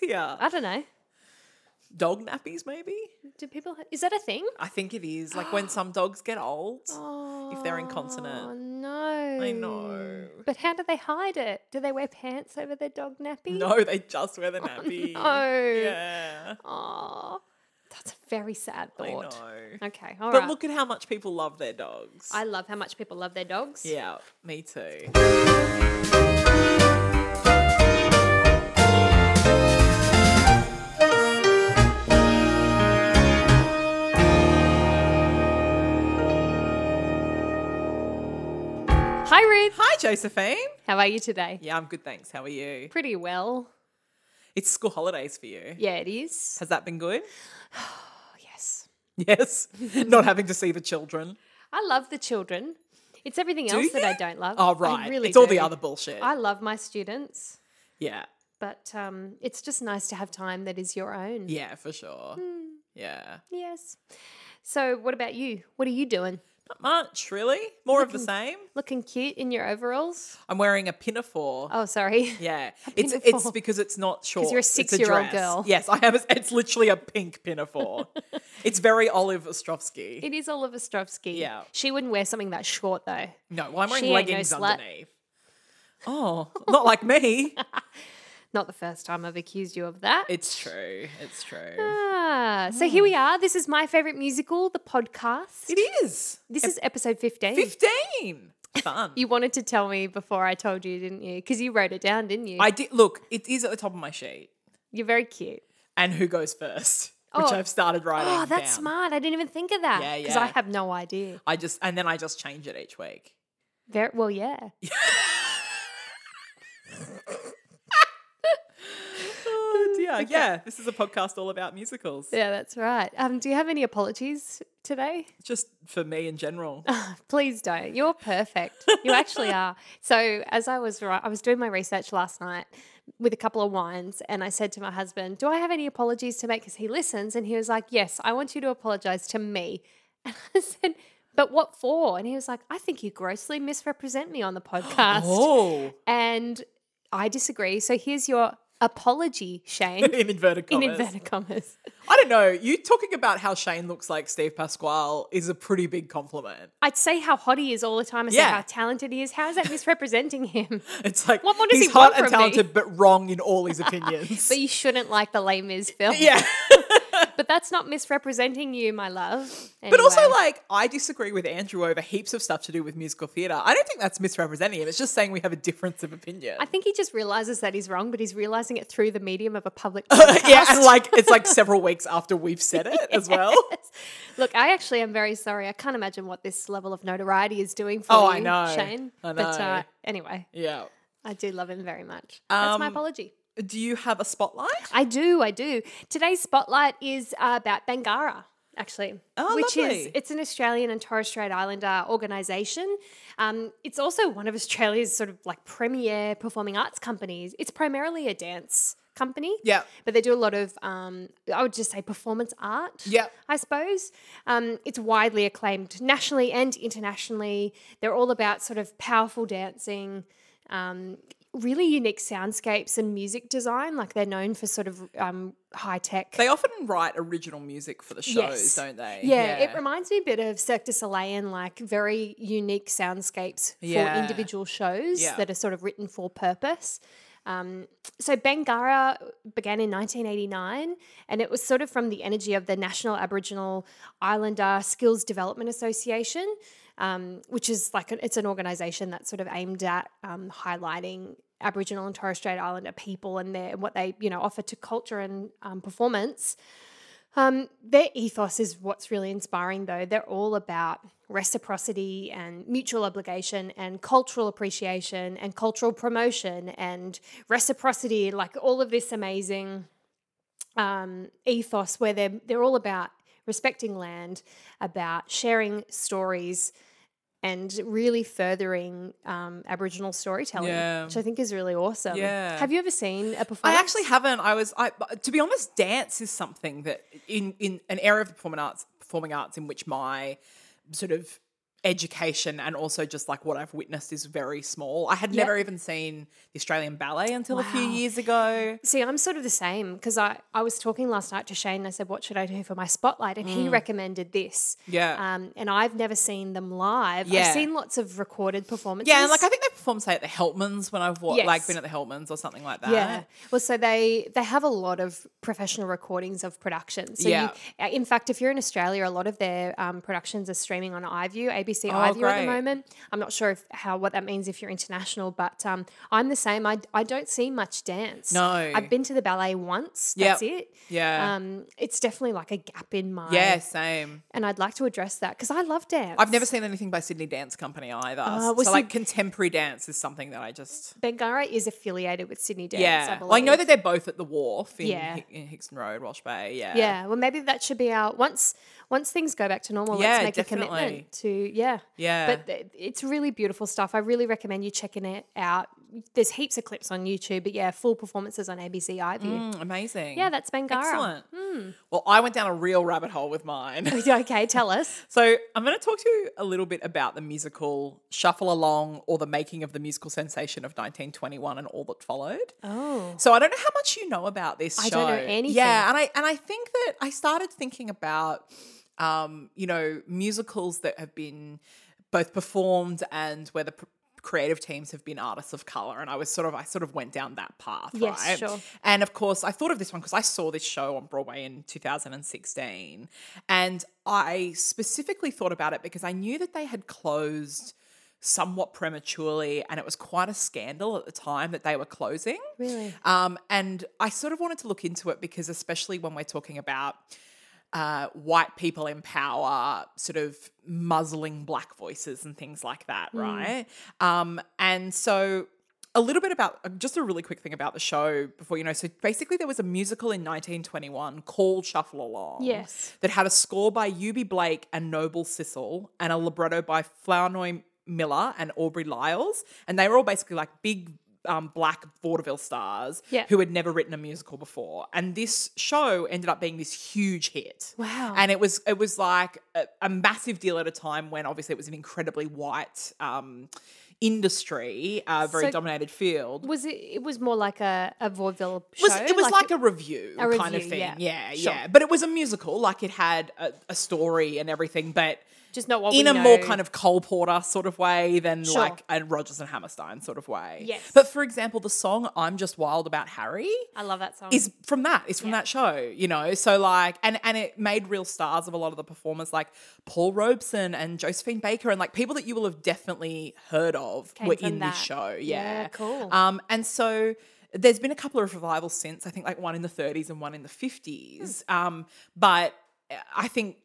here? I don't know. Dog nappies, maybe? Do people? Ha- is that a thing? I think it is. Like when some dogs get old. Oh, if they're incontinent. no. I know. But how do they hide it? Do they wear pants over their dog nappy? No, they just wear the nappy. Oh, no. Yeah. Oh, that's a very sad I know. thought. Okay, all right. But look at how much people love their dogs. I love how much people love their dogs. yeah, me too. Hi, Ruth. Hi, Josephine. How are you today? Yeah, I'm good, thanks. How are you? Pretty well. It's school holidays for you. Yeah, it is. Has that been good? Oh, yes. Yes. Not having to see the children. I love the children. It's everything else that I you? don't love. Oh, I right. really it's all the do. other bullshit. I love my students, yeah. but um, it's just nice to have time that is your own. Yeah, for sure. Hmm. Yeah. Yes. So, what about you? What are you doing? Not much, really. More of the same. Looking cute in your overalls? I'm wearing a pinafore. Oh, sorry. Yeah, it's it's pinafore. because it's not short. you're a six-year-old girl. Yes, I have. a- It's literally a pink pinafore. it's very Olive Ostrovsky. It is Oliver Ostrovsky. Yeah. She wouldn't wear something that short, though. no, well, I'm She wearing ain't no leggings slut. underneath. Oh, not like me. Not the first time I've accused you of that. It's true. It's true. Ah, Hmm. so here we are. This is my favorite musical, the podcast. It is This is episode 15. fifteen. Fun. You wanted to tell me before I told you, didn't you? Because you wrote it down, didn't you? I did look. It is at the top of my sheet. You're very cute. And who goes first? Which Oh. I've started writing. Oh, that's down. smart. I didn't even think of that. Yeah, Because I yeah. have no idea. I just and then I just change it each week. Very, well, yeah. Oh dear. Yeah, this is a podcast all about musicals. Yeah, that's right. Um, do you have any apologies today? Just for me in general. Please don't. You're perfect. You actually are. So, as I was ri- I was doing my research last night with a couple of wines, and I said to my husband, "Do I have any apologies to make?" Because he listens, and he was like, "Yes, I want you to apologize to me." And I said, "But what for?" And he was like, "I think you grossly misrepresent me on the podcast." Oh, And I disagree. So here's your apology, Shane. in inverted In commas. inverted commas. I don't know. You talking about how Shane looks like Steve Pasquale is a pretty big compliment. I'd say how hot he is all the time. I say Yeah. how talented he is. How is that misrepresenting him? It's like What more does he's he hot want and from me? talented, but wrong in all his opinions. but you shouldn't like the Les Mis film. yeah, But that's not misrepresenting you, my love. but also Anyway. like I disagree with Andrew over heaps of stuff to do with musical theatre. I don't think that's misrepresenting him. It's just saying we have a difference of opinion. I think he just realizes that he's wrong, but he's realizing it through the medium of a public yeah, and podcast. like it's like several weeks after we've said it as well. Look, I actually am very sorry. I can't imagine what this level of notoriety is doing for Oh, I you, know. Shane. I But uh, know. anyway, Yeah. I do love him very much. That's my Um, apology. Do you have a spotlight? I do, I do. Today's spotlight is uh, about Bangara. Actually, Oh, which is lovely. it's an Australian and Torres Strait Islander organisation. Um, it's also one of Australia's sort of like premier performing arts companies. It's primarily a dance company, Yeah. but they do a lot of um, I would just say performance art. Yeah. I suppose. Um, it's widely acclaimed nationally and internationally. They're all about sort of powerful dancing, um, really unique soundscapes and music design. Like they're known for sort of um, high tech. They often write original music for the shows, Yes. don't they? yeah, it reminds me a bit of Cirque du Soleil and like very unique soundscapes for Yeah. individual shows Yeah. that are sort of written for purpose. Um, so Bangara began in 1989, and it was sort of from the energy of the National Aboriginal Islander Skills Development Association, um, which is like an, it's an organisation that's sort of aimed at um, highlighting Aboriginal and Torres Strait Islander people and their what they you know offer to culture and um, performance. Um, their ethos is what's really inspiring, though. They're all about reciprocity and mutual obligation and cultural appreciation and cultural promotion and reciprocity, like all of this amazing um, ethos where they're, they're all about respecting land, about sharing stories. And really furthering um, Aboriginal storytelling, Yeah. which I think is really awesome. Yeah. Have you ever seen a performance? I actually haven't. I was. I to be honest, dance is something that in in an area of performing arts, performing arts in which my sort of education and also just like what I've witnessed is very small. I had Yep. never even seen the Australian Ballet until a few Wow. years ago. See, I'm sort of the same because I, I was talking last night to Shane and I said, What should I do for my spotlight? And he recommended this. Mm. Yeah. Um, and I've never seen them live. Yeah. I've seen lots of recorded performances. yeah, and like I think they perform say at the Helpmans when I've wa- like Yes. been at the Helpmans or something like that. Yeah. Well, so they they have a lot of professional recordings of productions. So Yeah. You, in fact, if you're in Australia, a lot of their um, productions are streaming on iView, ABC Oh, iView at great. the moment. I'm not sure if, how what that means if you're international, but um, I'm the same. I, I don't see much dance. No. I've been to the ballet once. Yep. That's it. Yeah. Um, it's definitely like a gap in my. yeah, same. And I'd like to address that because I love dance. I've never seen anything by Sydney Dance Company either. Oh, so well, like Syd- contemporary dance is something that I just Bengara is affiliated with Sydney Dance. I, yeah. believe. Well, I know that they're both at the wharf in, Yeah. Hick- in Hickson Road, Wash Bay. Yeah. Yeah, well, maybe that should be our once once things go back to normal. Yeah, let's make a definitely. commitment to yeah, Yeah. But th- it's really beautiful stuff. I really recommend you checking it out. There's heaps of clips on YouTube, but yeah, full performances on ABC iView. Mm, amazing. Yeah, that's Hmm. Bengara. Excellent. Well, I went down a real rabbit hole with Oh, mine. okay, tell us. so I'm going to talk to you a little bit about the musical Shuffle Along or the making of the musical sensation of 1921 and all that followed. Oh, So I don't know how much you know about this I show. don't know anything. Yeah, and I and I think that I started thinking about um, you know, musicals that have been both performed and where the p- creative teams have been artists of color and I was sort of I sort of went down that path, Yes, right? sure. And of course, I thought of this one because I saw this show on Broadway in 2016 and I specifically thought about it because I knew that they had closed somewhat prematurely and it was quite a scandal at the time that they were closing. really? Um, and I sort of wanted to look into it because, especially when we're talking about uh, white people in power, sort of muzzling black voices and things like that, right? Um, and so. A little bit about um, just a really quick thing about the show before you know. So basically, there was a musical in 1921 called Shuffle Along Yes. that had a score by Yubi Blake and Noble Sissel and a libretto by Flournoy Miller and Aubrey Lyles. And they were all basically like big um, black vaudeville stars Yeah. who had never written a musical before. And this show ended up being this huge hit. Wow. And it was it was like a, a massive deal at a time when obviously it was an incredibly white um, industry, uh, very So- dominated field. Was it? It was more like a, a vaudeville show. Was, it was like, a review a kind of review, thing. yeah. Yeah, yeah. Sure. But it was a musical, like it had a, a story and everything, but just not what in we a more know. kind of Cole Porter sort of way than Sure. like a Rogers and Hammerstein sort of way. Yes. But for example, the song I'm Just Wild About Harry I love that song. is from that. It's from that show, you know. So like, and and it made real stars of a lot of the performers, like Paul Robeson and Josephine Baker, and like people that you will have definitely heard of Came were from in that. this show. Yeah, Yeah, cool. Um, and so. There's been a couple of revivals since, I think like one in the 30s and one in the 50s. Hmm. Um, but I think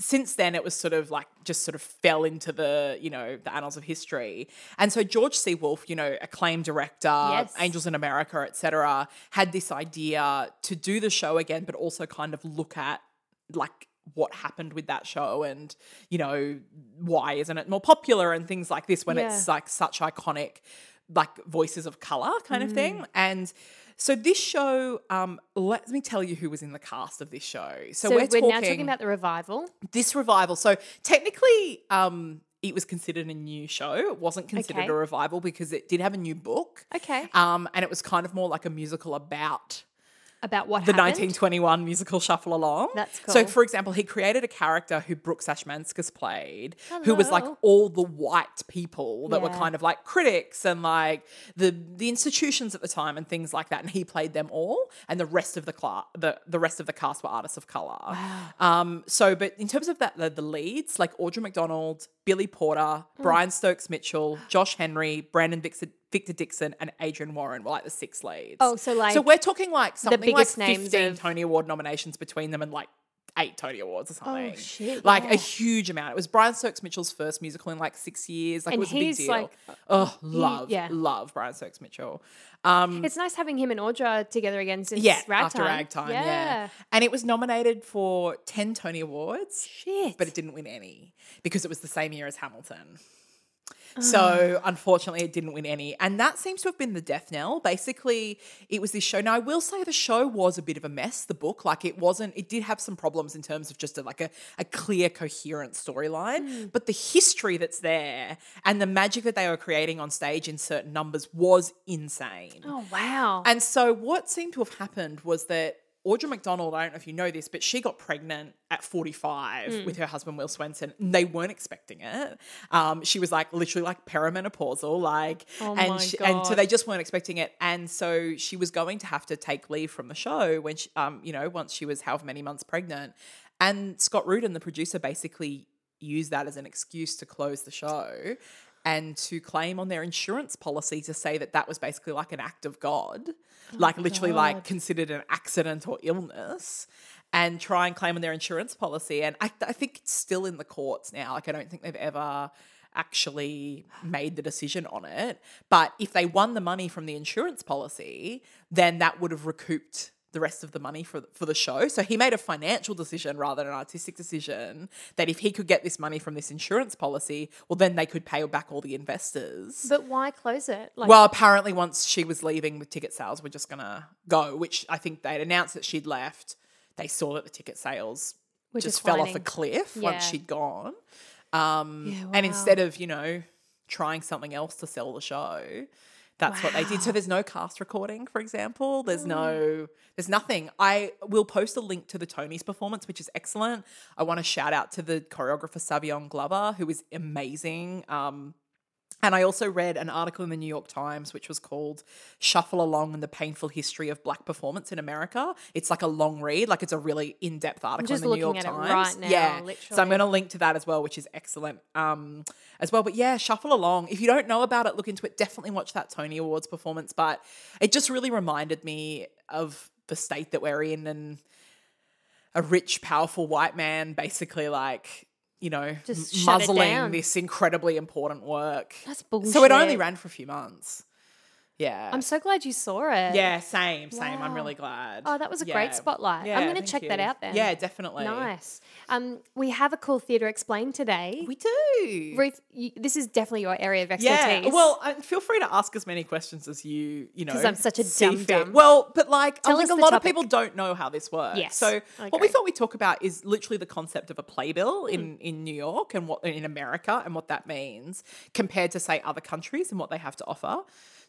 since then it was sort of like just sort of fell into the you know the annals of history and so george c wolfe you know acclaimed director Yes. angels in america etc had this idea to do the show again but also kind of look at like what happened with that show and you know why isn't it more popular and things like this when it's Yeah. like such iconic like voices of color kind Mm. of thing and so this show um let me tell you who was in the cast of this show so, so we're, talking, now talking about the revival. this revival. So technically, um, it was considered a new show. It wasn't considered Okay. a revival because it did have a new book. Okay. Um, and it was kind of more like a musical about About what the happened. 1921 musical Shuffle Along. That's So, cool. for example, he created a character who Brooks Ashmanskas played, who was like Hello. all the white people that were Yeah. kind of like critics and like the the institutions at the time and things like that. And he played them all, and the rest of the cla- the the rest of the cast were artists of color. Um, so, but in terms of that, the, the leads like Audra McDonald, Billy Mm. Porter, Brian Stokes Mitchell, Josh Henry, Brandon Vixen. Victor Dixon and Adrian Warren were like the six leads. Oh, so, so like, we're talking like something biggest like names 15 of- Tony Award nominations between them and like eight Tony Awards or something. Oh, shit, Like yeah. a huge amount. It was Brian Stokes Mitchell's first musical in like six years. Like And it was a big he's, deal. like, oh, love, yeah. love Brian Stokes Mitchell. Um, It's nice having him and Audra together again since yeah, Ragtime. after Ragtime, yeah. And it was nominated for 10 Tony Awards, Shit. but it didn't win any because it was the same year as Hamilton. So unfortunately, it didn't win any. And that seems to have been the death knell. Basically, it was this show. Now, I will say the show was a bit of a mess, the book. Like, it wasn't, it did have some problems in terms of just a, like a, a clear, coherent storyline. But the history that's there and the magic that they were creating on stage in certain numbers was insane. Oh wow. And so what seemed to have happened was that Audra McDonald, I don't know if you know this, but she got pregnant at 45 with her husband Will Swenson. and They weren't expecting it. Um, she was like literally like perimenopausal, like Oh and my she- and so God. they just weren't expecting it. And so she was going to have to take leave from the show when she, um, you know, once she was however many months pregnant. And Scott Rudin, the producer, basically used that as an excuse to close the show and to claim on their insurance policy to say that that was basically like an act of Oh God, like literally like considered an accident or illness. And try and claim on their insurance policy. And I, I think it's still in the courts now. Like, I don't think they've ever actually made the decision on it. But if they won the money from the insurance policy, then that would have recouped the rest of the money for for the show. So he made a financial decision rather than an artistic decision that if he could get this money from this insurance policy, well then they could pay back all the investors. but why close it? Like Well, apparently once she was leaving, the ticket sales were just gonna go, which I think they'd announced that she'd left. They saw that the ticket sales we're just fell off a declining. cliff Yeah. once she'd gone. Um, Yeah, And wow. instead of, you know, trying something else to sell the show, that's what they did. So there's no cast recording, for example. Oh. There's no, there's nothing. I will post a link to the Tony's performance, which is excellent. I want to shout out to the choreographer Savion Glover, who is amazing. Um, and I also read an article in the New York Times, which was called Shuffle Along and the Painful History of Black Performance in America. It's like a long read, like it's a really in depth article just in the New York looking at it Times. right now, yeah. So I'm literally. going to link to that as well, which is excellent um, as well. But yeah, Shuffle Along. If you don't know about it, look into it. Definitely watch that Tony Awards performance. But it just really reminded me of the state that we're in and a rich, powerful white man basically like, you know, Just m- shut it muzzling down. this incredibly important work. That's bullshit. So it only ran for a few months. Yeah. I'm so glad you saw it. yeah, same, same. I'm Wow. really glad. Oh, that was a Yeah. great spotlight. Yeah, I'm going thank to check that you. out then. Yeah, definitely. Nice. Um, we have a cool theatre explained today. We do. Ruth, you, this is definitely your area of expertise. yeah. Well, uh, feel free to ask as many questions as you, you know. 'Cause I'm such a see dumb fit. dumb. Well, but like, I Tell think a us the lot of topic. people don't know how this works. Yes, So I what we agree. thought we'd talk about is literally the concept of a playbill Mm. in in New York and what in America and what that means compared to say other countries and what they have to offer.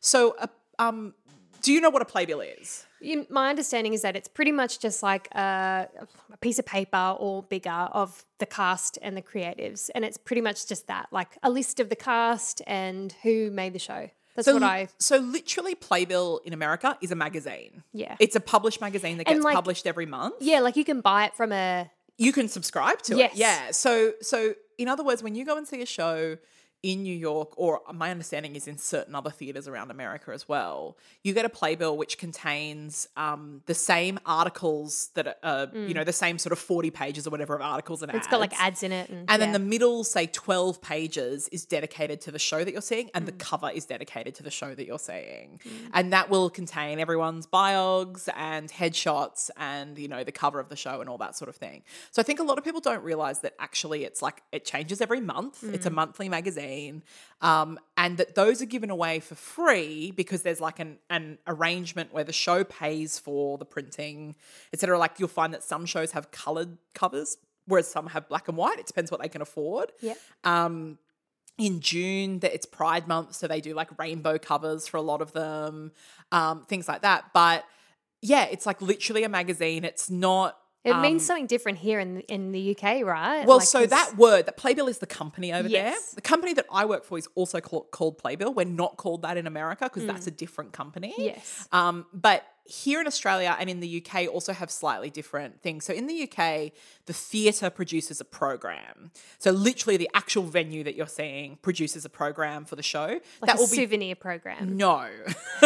So, uh, um, do you know what a playbill is? You- my understanding is that it's pretty much just like a, a piece of paper or bigger of the cast and the creatives. And it's pretty much just that, like a list of the cast and who made the show. That's what li- I, so literally Playbill in America is a magazine. Yeah. It's a published magazine that And, gets like- published every month. yeah, like you can buy it from a, You can subscribe to Yes. it. Yeah. So so in other words, when you go and see a show in New York, or my understanding is in certain other theaters around America as well, you get a playbill which contains um, the same articles that are, uh, you know, the same sort of 40 pages or whatever of articles and Mm. it's got like ads in it. And, and then Mm, yeah. the middle, say 12 pages, is dedicated to the show that you're seeing, and the cover is dedicated to the show that you're seeing. And that will contain everyone's biogs and headshots and, you know, the cover of the show and all that sort of thing. So I think a lot of people don't realize that actually it's like it changes every month. It's a monthly magazine. Um, and that those are given away for free because there's like an, an arrangement where the show pays for the printing, etc. Like you'll find that some shows have colored covers whereas some have black and white. It depends what they can afford. Yeah. Um, in June, that it's Pride Month, so they do like rainbow covers for a lot of them, um, things like that. But yeah, it's like literally a magazine. It's not. It um, means something different here in in the UK, right? Well, Like, so 'cause- that word, that Playbill is the company over Yes. there. The company that I work for is also called, called Playbill. We're not called that in America because that's a different company. Mm. yes, Um, but here in Australia and in the UK also have slightly different things. So in the UK, the theatre produces a program. So literally, the actual venue that you're seeing produces a program for the show. like that a will be Mm. souvenir program. no.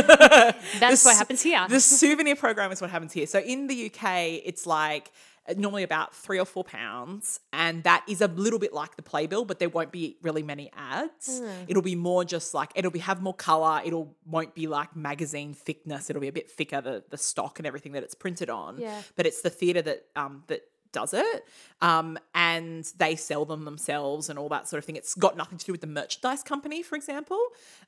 That's what s- happens here. the souvenir program is what happens here. So in the UK, it's like uh, normally about three or four pounds, and that is a little bit like the playbill, but there won't be really many ads. It'll be more just like it'll be have more color. It'll won't be like magazine thickness. It'll be a bit thicker the the stock and everything that it's printed on. Yeah. But it's the theatre that um that does it. Um, and they sell them themselves and all that sort of thing. It's got nothing to do with the merchandise company, for example.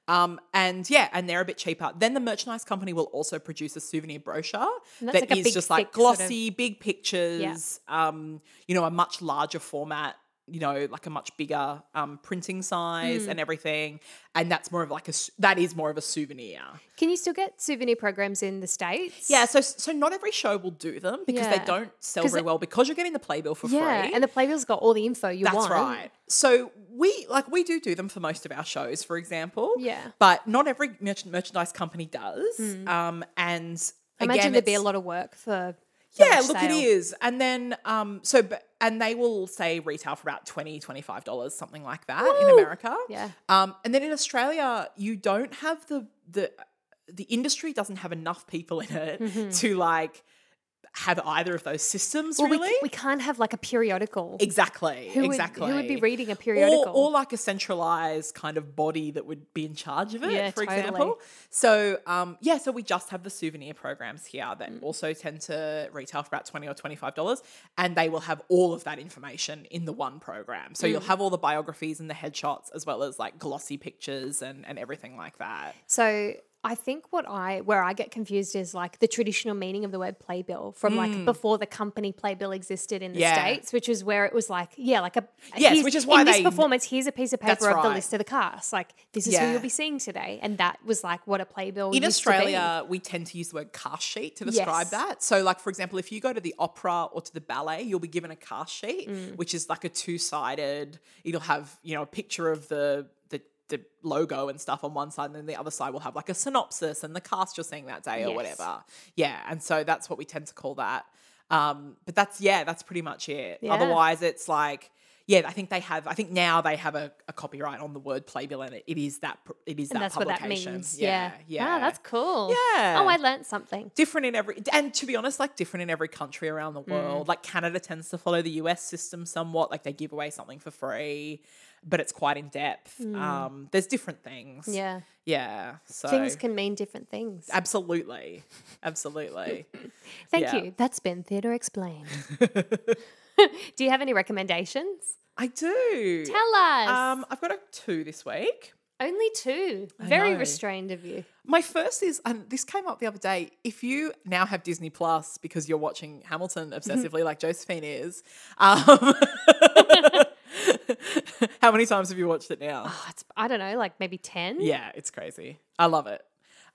Um, and yeah, and they're a bit cheaper. Then the merchandise company will also produce a souvenir brochure And that that's is like a big, just like thick sort of- glossy, big pictures, um, you know, a much larger format, you know, like a much bigger um, printing Hmm. size and everything. And that's more of like a, s- that is more of a souvenir. Can you still get souvenir programs in the States? Yeah, so so not every show will do them because Yeah. they don't sell 'Cause very it- well because you're getting the playbill for Yeah. free. And the Playbills got all the info you That's want. right. So we like we do do them for most of our shows, for example. Yeah. But not every merch- merchandise company does. Um, and I again, Imagine there'd be a it's- lot of work for. so yeah, much look, it sale. is. And then, um, so, b- and they will say retail for about $20, $25, something like that in America. Yeah. Um, and then in Australia, you don't have the, the, the industry doesn't have enough people in it to like have either of those systems Mm-hmm. Well, we c- really. we, can't have like a periodical. exactly. Who would- exactly. who would be reading a or, periodical? or like a centralized kind of body that would be in charge of it, Yeah, for totally. example. So, um, yeah, so we just have the souvenir programs here that Mm. also tend to retail for about twenty or twenty-five dollars, and they will have all of that information in the one program. So you'll Mm. have all the biographies and the headshots, as well as like glossy pictures and and everything like that. So I think what I where I get confused is like the traditional meaning of the word playbill from like before the company playbill existed in the Hmm. Yeah. states, which is where it was like yeah, like a Yes, here's- which is why in this they- performance here's a piece of That's paper of the right. list of the cast, like this is who Yeah. you'll be seeing today, and that was like what a playbill in used to be. Australia, we tend to use the word cast sheet to describe Yes. that. So, like for example, if you go to the opera or to the ballet, you'll be given a cast sheet, Mm. which is like a two-sided. It'll have you know a picture of the the the logo and stuff on one side, and then the other side will have like a synopsis and the cast you're seeing that day or Yes. whatever. Yeah, and so that's what we tend to call that. Um, but that's yeah, that's pretty much it. Yeah. Otherwise, it's like. Yeah, I think they have. I think now they have a, a copyright on the word playbill, and it, it is that pr- it is and that that's what that publication. means. Yeah. Wow, that's cool. Yeah. Oh, I learnt something. different in every and to be honest like different in every country around Mm. the world like canada tends to follow the us system somewhat like they give away something for free but it's quite in depth um there's different things Mm. Yeah. yeah so Uh, Things can mean different things. absolutely absolutely Thank yeah. you. That's been Theatre Explained. Do you have any recommendations? i do Tell us. um i've got a two this week Only two. Very know. restrained of you. My first is, and this came up the other day. If you now have Disney Plus because you're watching Hamilton obsessively, like Josephine is, um, how many times have you watched it now? Oh, it's, I don't know, like maybe 10? Yeah, it's crazy. I love it.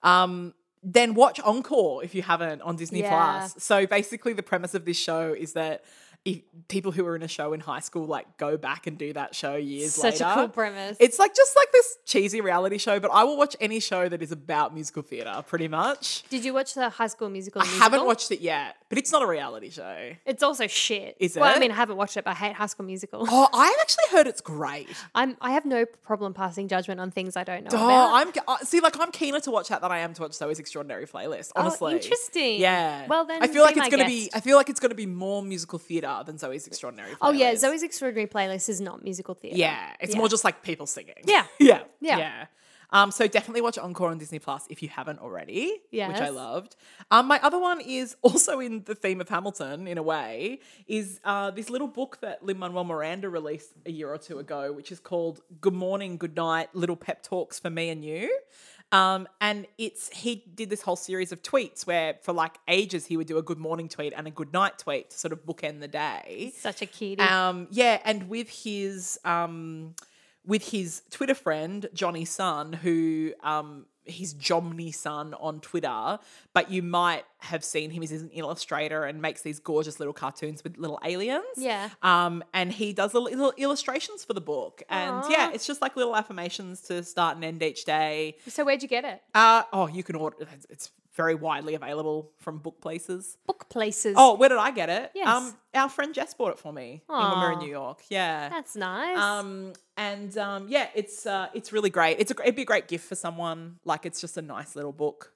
Um, then watch Encore if you haven't on Disney Yeah. Plus. So basically, the premise of this show is that if people who are in a show in high school like go back and do that show years Such later. a cool premise. It's like just like this cheesy reality show, but I will watch any show that is about musical theater, pretty much. Did you watch the High School Musical? I haven't watched it yet, but it's not a reality show. It's also shit. Is Well, I it? mean, I haven't watched it, but I hate High School Musical. Oh, I've actually heard it's great. I'm, I have no problem passing judgment on things I don't know Oh, about. I'm uh, see, like I'm keener to watch that than I am to watch So Is Extraordinary Playlist. Honestly, Oh, interesting. Yeah. Well, then I feel like be it's my gonna be. guest. I feel like it's gonna be more musical theater than Zoe's Extraordinary. Playlist. oh, yeah. Zoe's Extraordinary Playlist is not musical theatre. Yeah, it's more just like people singing. Yeah. yeah, Yeah. yeah. Um, so definitely watch Encore on Disney Plus if you haven't already, which I Yes. loved. Um, my other one is also in the theme of Hamilton in a way. Is uh, this little book that Lin Manuel Miranda released a year or two ago, which is called "Good Morning, Good Night: Little Pep Talks for Me and You." Um, and it's he did this whole series of tweets where for like ages he would do a good morning tweet and a good night tweet to sort of bookend the day. Such a cutie. Um, yeah, and with his um, with his Twitter friend Johnny Sun, who um, he's Jomny Sun on Twitter, but you might have seen him as an illustrator and makes these gorgeous little cartoons with little aliens. Yeah. Um, and he does the little illustrations for the book, and Aw. yeah, it's just like little affirmations to start and end each day. so, where'd you get it? Uh, oh, you can order; it's- it's very widely available from book places. Book places. Oh, where did I get it? Yes. Um, our friend Jess bought it for me when we were in Aw. New York. Yeah. That's nice. Um, and um, yeah, it's uh, it's really great. It's a, gr- it'd be a great gift for someone. Like, it's just a nice little book.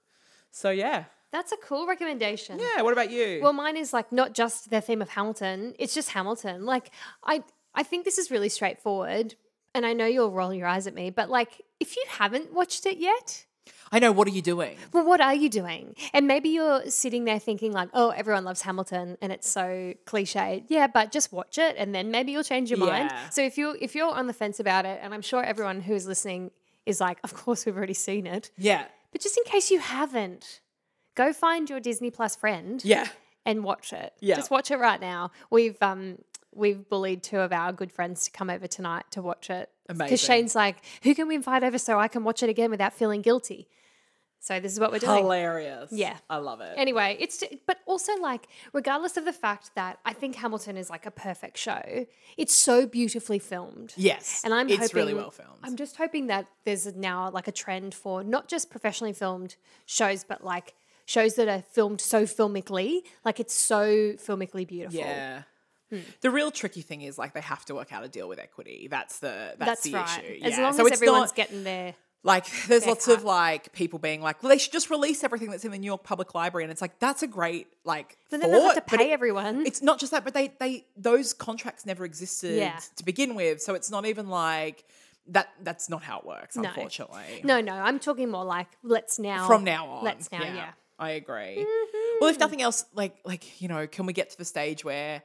So yeah, That's a cool recommendation. yeah. What about you? Well, mine is like not just the theme of Hamilton. It's just Hamilton. Like I, I think this is really straightforward. And I know you'll roll your eyes at me, but like if you haven't watched it yet, I know. What are you doing? Well, what are you doing? And maybe you're sitting there thinking, like, oh, everyone loves Hamilton and it's so cliche. Yeah, but just watch it and then maybe you'll change your mind. Yeah. So if you if you're on the fence about it, and I'm sure everyone who is listening is like, of course we've already seen it. Yeah. But just in case you haven't, go find your Disney Plus friend Yeah. and watch it. Yeah. Just watch it right now. We've um we've bullied two of our good friends to come over tonight to watch it. Amazing. Because Shane's like, who can we invite over so I can watch it again without feeling guilty? So this is what we're doing. Hilarious. Yeah. I love it. Anyway, it's but also like regardless of the fact that I think Hamilton is like a perfect show, it's so beautifully filmed. yes. And I'm it's hoping, really well filmed. I'm just hoping that there's now like a trend for not just professionally filmed shows, but like shows that are filmed so filmically, like it's so filmically beautiful. yeah. Hmm. The real tricky thing is like they have to work out a deal with equity. That's the that's, That's the right. issue. As yeah. long so as it's everyone's not getting there. like there's lots of cut. like people being like, well, they should just release everything that's in the New York Public Library, and it's like that's a great like Then they thought, don't have to but pay it- everyone. It's not just that, but they they those contracts never existed Yeah. to begin with, so it's not even like that. That's not how it works, No. unfortunately. No, no, I'm talking more like let's now From now on, Let's now, yeah. Mm-hmm. I agree. Well, if nothing else, like like you know, can we get to the stage where?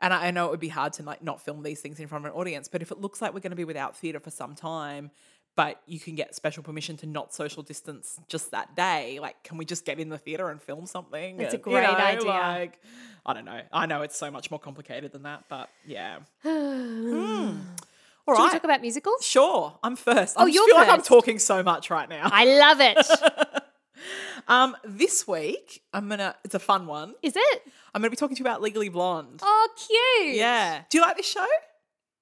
And I I know it would be hard to like not film these things in front of an audience, but if it looks like we're going to be without theatre for some time, but you can get special permission to not social distance just that day, like can we just get in the theatre and film something? That's a And, you great know, idea. Like I don't know. I know it's so much more complicated than that, but yeah. Hmm. All Should we right. talk about musicals? Sure, I'm first. I just you're feel like I'm first. talking so much right now. I love it. Um, this week I'm gonna. It's a fun one. Is it? I'm gonna be talking to you about Legally Blonde. Oh, cute. Yeah. Do you like this show?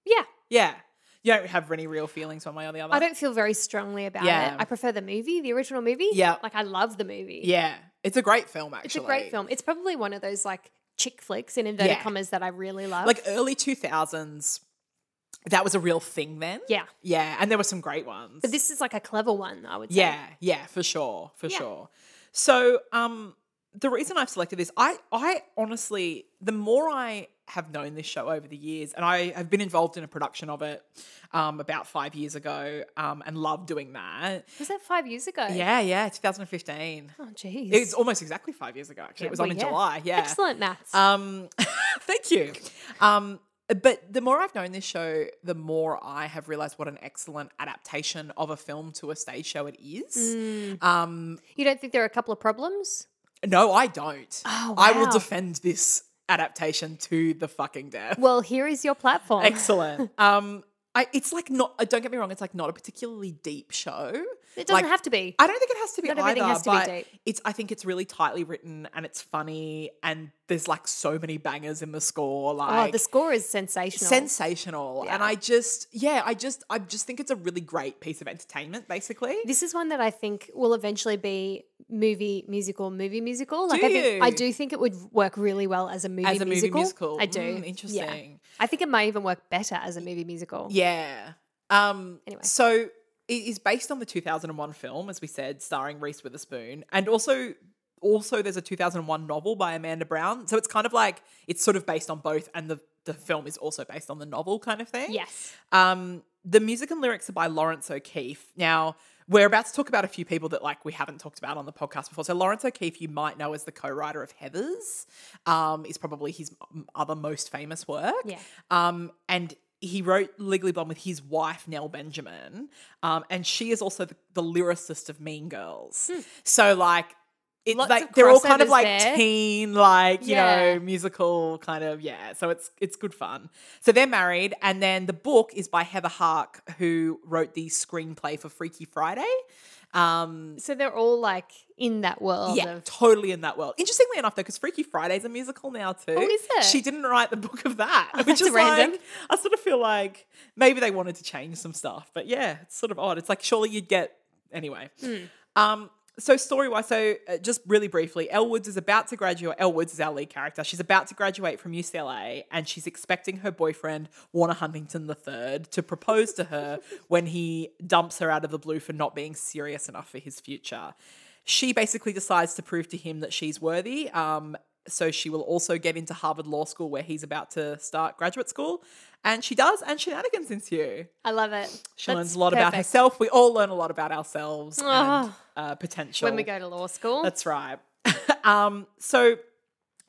Yeah. Yeah. You don't have any real feelings one way or the other. I don't feel very strongly about Yeah. it. I prefer the movie, the original movie. Yeah. Like I love the movie. Yeah. It's a great film, actually. It's a great film. It's probably one of those like chick flicks in inverted Yeah. commas that I really love. Like early 2000s, that was a real thing then. yeah. Yeah. And there were some great ones. But this is like a clever one, I would say. Yeah, yeah, for sure, for Yeah. sure. So, um, the reason I've selected this, I, I honestly, the more I have known this show over the years, and I have been involved in a production of it um, about five years ago, um, and love doing that. Was that five years ago? Yeah, yeah, 2015. Oh jeez. It's almost exactly five years ago. Actually, Yeah, it was well, on in yeah. July. Yeah, Excellent maths. um, thank you. Um, but the more I've known this show, the more I have realized what an excellent adaptation of a film to a stage show it is. Um, you don't think there are a couple of problems? no, I don't. Oh, I will wow. defend this adaptation to the fucking death. Well, here is your platform. Excellent. um, I, it's like not. uh, Don't get me wrong. It's like not a particularly deep show. It doesn't Like, have to be. I don't think it has to be Not either. everything has to be but deep. It's. I think it's really tightly written and it's funny and there's like so many bangers in the score. Like oh, the score is sensational. sensational and i just yeah i just i just think it's a really great piece of entertainment basically This is one that I think will eventually be movie musical, movie musical. Like Do I think I you? do think it would work really well as a movie as a musical. movie musical I do. Mm, Yeah. interesting I think it might even work better as a movie musical. yeah, um Anyway. so it is based on the 2001 film as we said starring reese witherspoon and also also there's a 2001 novel by amanda brown so it's kind of like it's sort of based on both and the the film is also based on the novel kind of thing Yes. Um, the music and lyrics are by Lawrence O'Keefe. Now, we're about to talk about a few people that like we haven't talked about on the podcast before. So Lawrence O'Keefe, you might know as the co-writer of Heather's, um, is probably his m- other most famous work. Yeah. Um, and he wrote Legally Blonde with his wife Nell Benjamin, um, and she is also the, the lyricist of Mean Girls. So like. It, Hmm. Lots like, of they're all kind of crossovers like there. teen, like you Yeah. know, musical kind of yeah so it's it's good fun so they're married and then the book is by heather hark who wrote the screenplay for freaky friday um So they're all like in that world yeah of totally in that world interestingly enough though because freaky friday's a musical now too Oh, is it? Oh, she didn't write the book of that which that's is random. like i sort of feel like maybe they wanted to change some stuff but yeah it's sort of odd it's like surely you'd get anyway um, so story wise, so uh, just really briefly, Elle Woods is about to graduate. Elle Woods is our lead character. She's about to graduate from UCLA, and she's expecting her boyfriend Warner Huntington III to propose to her when he dumps her out of the blue for not being serious enough for his future. She basically decides to prove to him that she's worthy, um, so she will also get into Harvard Law School where he's about to start graduate school. And she does, and shenanigans ensue. I love it. She That's learns a lot about perfect. herself. We all learn a lot about ourselves and Ah. uh, potential. When we go to law school, That's right. um, so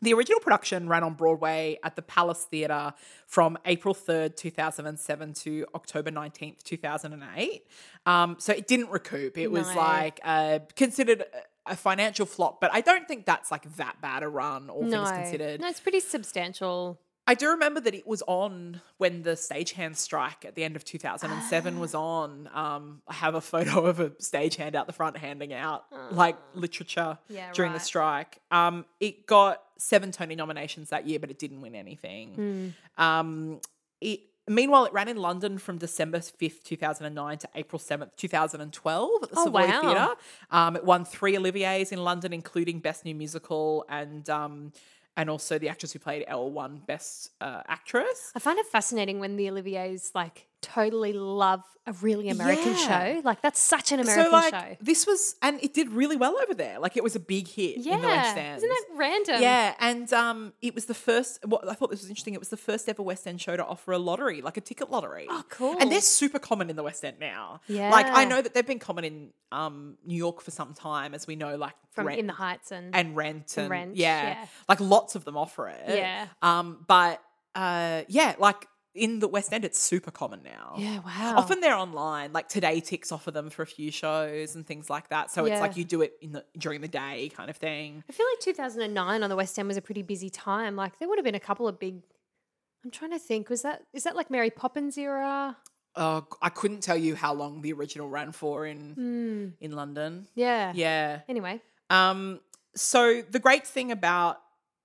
the original production ran on Broadway at the Palace Theatre from April 3rd, 2007 to October 19th, 2008. Um, so it didn't recoup. It was No. like uh, considered a- a financial flop, but I don't think that's like that bad a run, all no, things considered. no, it's pretty substantial. I do remember that it was on when the stagehand strike at the end of 2007 Ah. was on. Um, I have a photo of a stagehand out the front handing out like literature Ah. Yeah, during the right. strike. Um, it got seven Tony nominations that year, but it didn't win Hmm. anything. Um, it Meanwhile, it ran in London from December 5th, 2009 to April 7th, 2012 at the Oh, Savoy wow. Theatre. Um, it won three Oliviers in London, including Best New Musical and um, and also the actress who played Elle won Best uh, Actress. I find it fascinating when the Olivier's like totally love a really American Yeah. show. Like that's such an American so like show. this was and it did really well over there. Like it was a big hit Yeah, in the West End. isn't that random? yeah, and um, it was the first. What I thought this was interesting. It was the first ever West End show to offer a lottery, like a ticket lottery. Oh, cool. And they're super common in the West End now. like I Yeah. know that they've been common in um, New York for some time, as we know, like from rent- In the Heights and, and rent and, Rent, yeah, yeah. like lots of them offer it. Yeah. Um, but uh, yeah, like in the West End, it's super common now. yeah, wow. Often they're online, like today ticks offer them for a few shows and things like that. So it's Yeah. like you do it in the during the day kind of thing. I feel like 2009 on the West End was a pretty busy time. Like there would have been a couple of big. I'm trying to think. Was that is that like Mary Poppins era? Uh, I couldn't tell you how long the original ran for in Hmm. in London. yeah. Yeah. Anyway, Um, so the great thing about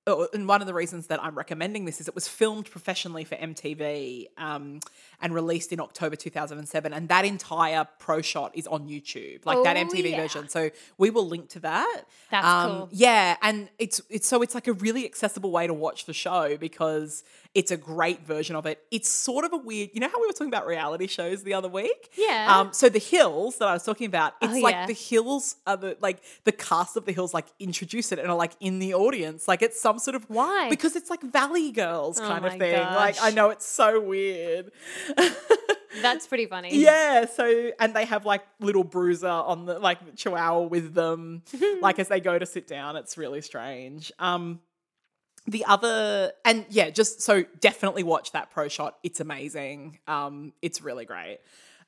oh, and one of the reasons that I'm recommending this is it was filmed professionally for MTV um, and released in October 2007, and that entire pro shot is on YouTube, like that Oh, MTV yeah. version. So we will link to that. That's um, cool. Yeah, and it's it's so it's like a really accessible way to watch the show because it's a great version of it. It's sort of a weird, you know how we were talking about reality shows the other week. Yeah. Um, so the hills that I was talking about, it's Oh, like yeah. the hills are the like the cast of the hills like introduce it and are like in the audience. Like it's some sort of Why? Oh Because it's like Valley Girls kind of my thing. Like I gosh. know it's so weird. that's pretty funny. Yeah, so and they have like little bruiser on the like chihuahua with them, like as they go to sit down. It's really strange. Um the other and yeah, just so definitely watch that pro shot. It's amazing. Um, it's really great.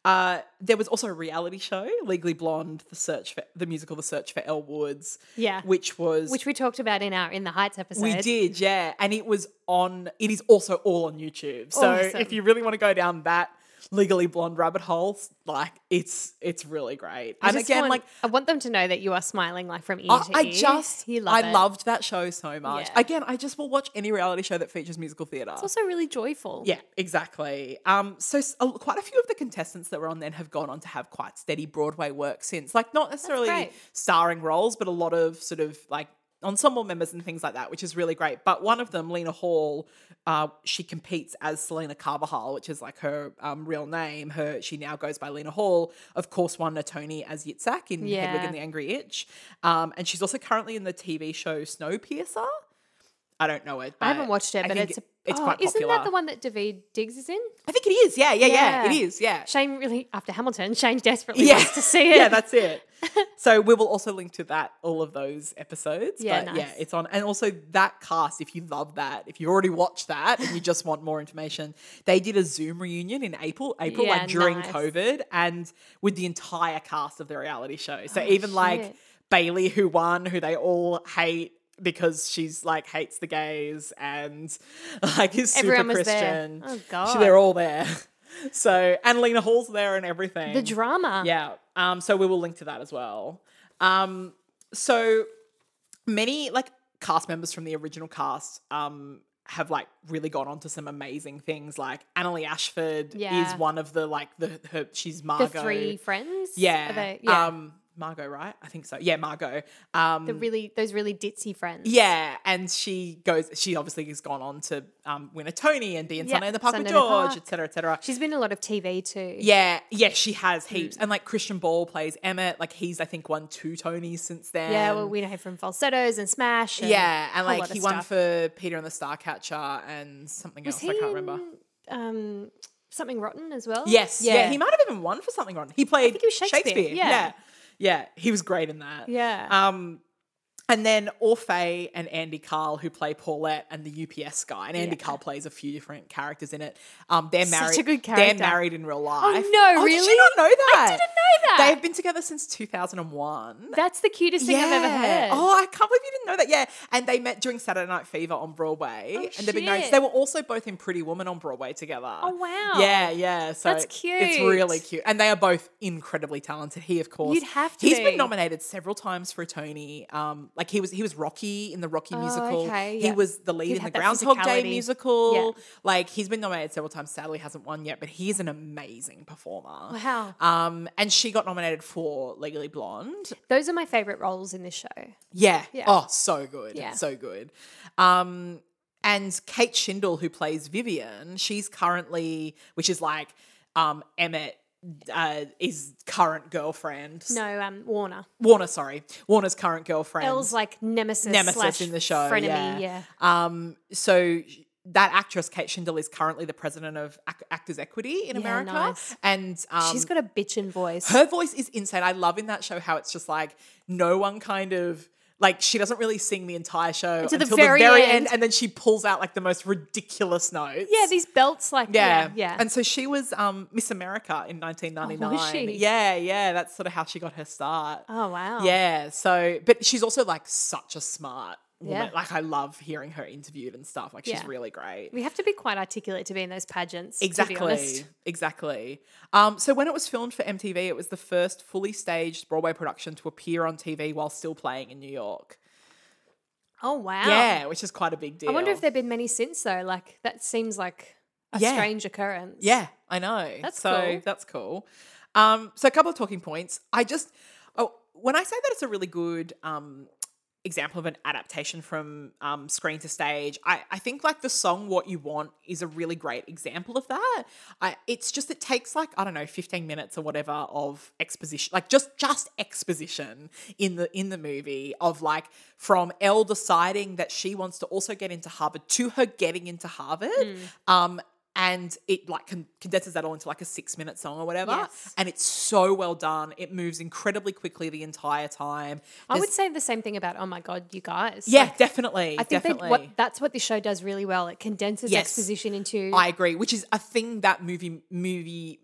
Uh, there was also a reality show, Legally Blonde, the search for the musical The Search for Elle Woods, Yeah. which was Which we talked about in our In the Heights episode. we did, yeah. And it was on, it is also all on YouTube. So Awesome. if you really want to go down that legally blonde rabbit hole, like it's it's really great. I and just again, want- like I want them to know that you are smiling like from ear I, to I ear. just you love I it. loved that show so much. Yeah. Again, I just will watch any reality show that features musical theatre. It's also really joyful. Yeah, exactly. Um, so s- a- quite a few of the contestants that were on then have gone on to have quite steady Broadway work since, like not necessarily great. starring roles, but a lot of sort of like ensemble members and things like that, which is really great. But one of them, Lena Hall, uh, she competes as Selena Carvajal, which is like her um, real name. Her she now goes by Lena Hall. Of course, won a Tony as Yitzhak in Hedwig Yeah. and the Angry Itch, um, and she's also currently in the TV show Snowpiercer. I don't know it. I haven't but watched it, I but think it's it- it's oh, quite popular. Isn't that the one that David Diggs is in? I think it is. Yeah, yeah, yeah. It Yeah. is. Yeah. Shane really after Hamilton, Shane desperately yeah. wants to see it. yeah, that's it. so we will also link to that, all of those episodes. Yeah, but yeah, nice. it's on. And also that cast, if you love that, if you already watched that and you just want more information, they did a Zoom reunion in April, April, Yeah, like during nice. COVID and with the entire cast of the reality show. So even like Oh, shit. Bailey, who won, who they all hate because she's like hates the gays and like is super Everyone was there. Christian. Oh, So God. they're all there. So and Lena Hall's there and everything. the drama. Yeah. Um, so we will link to that as well. Um, so many like cast members from the original cast um have like really gone on to some amazing things. Like Annalie Ashford Yeah. is one of the like the her she's The Margot. three friends. yeah. Are they- yeah. Um Margot, right? I think so. Yeah, Margot. Um, The really those really ditzy friends. yeah, and she goes. She obviously has gone on to um, win a Tony and be in Yeah, Sunday in the Park with Sunday in the George, Park. etc., cetera, et cetera. She's been in a lot of TV too. Yeah, yeah, she has Hmm. heaps. And like Christian Ball plays Emmett. Like he's I think won two Tonys since then. Yeah, well, we know her from falsettos and Smash. And yeah, and a like lot of he won stuff. for Peter and the Starcatcher and something was else. he I can't remember. in, um, something rotten as well? Yes. Yeah. He might have even won for something wrong. He played think it was Shakespeare. Shakespeare, Yeah. yeah. yeah. He was great in that. Yeah. Um, and then Orfei and Andy Carl, who play Paulette and the UPS guy, and Andy Yeah. Carl plays a few different characters in it. Um, they're married. a good They're character. Oh, married in real life. Oh, no, Did really? you not know that? didn't know that. They've been together since two thousand and one. That's the cutest thing I've ever heard. Oh, I can't believe you didn't know that. Yeah. And they met during Saturday Night Fever on Broadway. Oh, and they've been married. shit. They were also both in Pretty Woman on Broadway together. Oh, wow. Yeah, yeah. So That's it's- It's really cute. cute. And they are both incredibly talented. He, of course. You'd have to He's be. been nominated several times for a Tony. Um, like he was he was Rocky in the Rocky musical. Oh, okay, He yeah. was the lead He'd in the had that Groundhog Day physicality. musical. Yeah. Like he's been nominated several times, sadly hasn't won yet, but he is an amazing performer. Wow. Um, and she got nominated for Legally Blonde. Those are my favorite roles in this show. Yeah. Yeah. Oh, so good. Yeah. So good. Um, and Kate Schindel, who plays Vivian, she's currently, which is like um, Emmett uh, is current girlfriend. No, um, Warner. Warner, sorry. Warner's current girlfriend. Elle's like nemesis, Nemesis slash in the show, frenemy. yeah. Yeah. Um, so that actress, Kate Schindel, is currently the president of Ac- Actors Equity in Yeah, America. nice. And um, she's got a bitchin' voice. her voice is insane. I love in that show how it's just like no one kind of like she doesn't really sing the entire show Until the until very end. end. and then she pulls out like the most ridiculous notes. yeah, these belts, like Yeah. yeah, yeah. And so she was um, Miss America in 1999. Oh, was she? Yeah, yeah. That's sort of how she got her start. oh wow, Yeah. So, but she's also like such a smart woman. Yeah. Like I love hearing her interviewed and stuff. Like she's Yeah. really great. We have to be quite articulate to be in those pageants. to be Exactly. honest. Exactly. Um, so when it was filmed for MTV, it was the first fully staged Broadway production to appear on TV while still playing in New York. Oh wow. Yeah, which is quite a big deal. I wonder if there've been many since though. Like that seems like a Yeah. strange occurrence. Yeah, I know. That's so cool. that's cool. Um, so a couple of talking points. I just oh when I say that it's a really good um example of an adaptation from um, screen to stage I, I think like the song what you want is a really great example of that I, it's just it takes like i don't know 15 minutes or whatever of exposition like just just exposition in the in the movie of like from elle deciding that she wants to also get into harvard to her getting into harvard Mm. um and it like con- condenses that all into like a six minute song or whatever Yes. and it's so well done it moves incredibly quickly the entire time I There's- would say the same thing about Oh my God, you guys. yeah, Like, definitely. I think they, definitely. what, that's what this show does really well. It condenses Yes. exposition into I agree, which is a thing that movie movies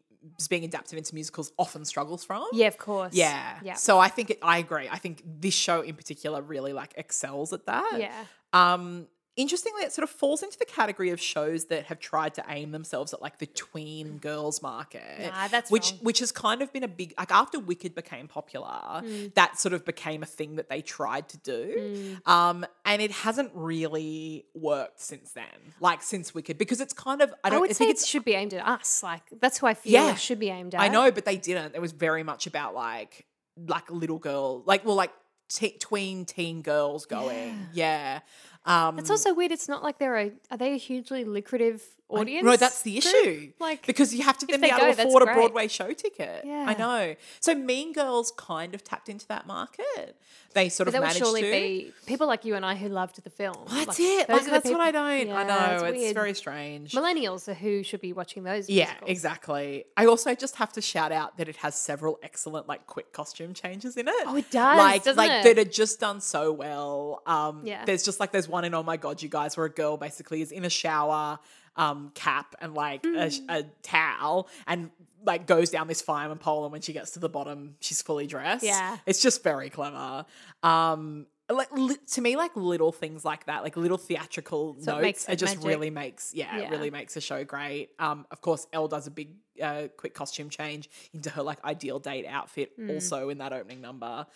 being adapted into musicals often struggles from. yeah, of course. Yeah. yeah, So I think it, I agree. I think this show in particular really like excels at that. yeah. Um interestingly it sort of falls into the category of shows that have tried to aim themselves at like the tween girls market. Nah, that's which wrong. which has kind of been a big like after Wicked became popular, Hmm. that sort of became a thing that they tried to do. Hmm. Um and it hasn't really worked since then. Like since Wicked because it's kind of I I don't would I say think it it's should be aimed at us. Like that's who I feel Yeah. it should be aimed at. I know, but they didn't. It was very much about like like little girl, like well, like te- tween teen girls going. Yeah. Um, It's also weird. It's not like they're a are they a hugely lucrative audience? no, that's the group? issue. Like because you have to then be they able go, to that's afford a great. Broadway show ticket. I Yeah. know. So Mean Girls kind of tapped into that market. They sort but of there will managed surely to. be people like you and I who loved the film. That's Like, it. Like, those are the that's what I people- don't. I Yeah, know. It's, weird. very strange. millennials are who should be watching those. Yeah, musicals. exactly. I also just have to shout out that it has several excellent like quick costume changes in it. Oh, it does, Like doesn't like it? that are just done so well. Um Yeah. there's just like there's one in Oh My God, you guys where a girl basically is in a shower um cap and like a Hmm. sh- a, towel and like goes down this fireman pole and when she gets to the bottom she's fully dressed. Yeah. It's just very clever. Um like li- to me like little things like that like little theatrical So it notes makes it it just magic. really makes yeah, it Yeah. really makes the show great. Um, of course, Elle does a big uh, quick costume change into her like ideal date outfit, Hmm. also in that opening number.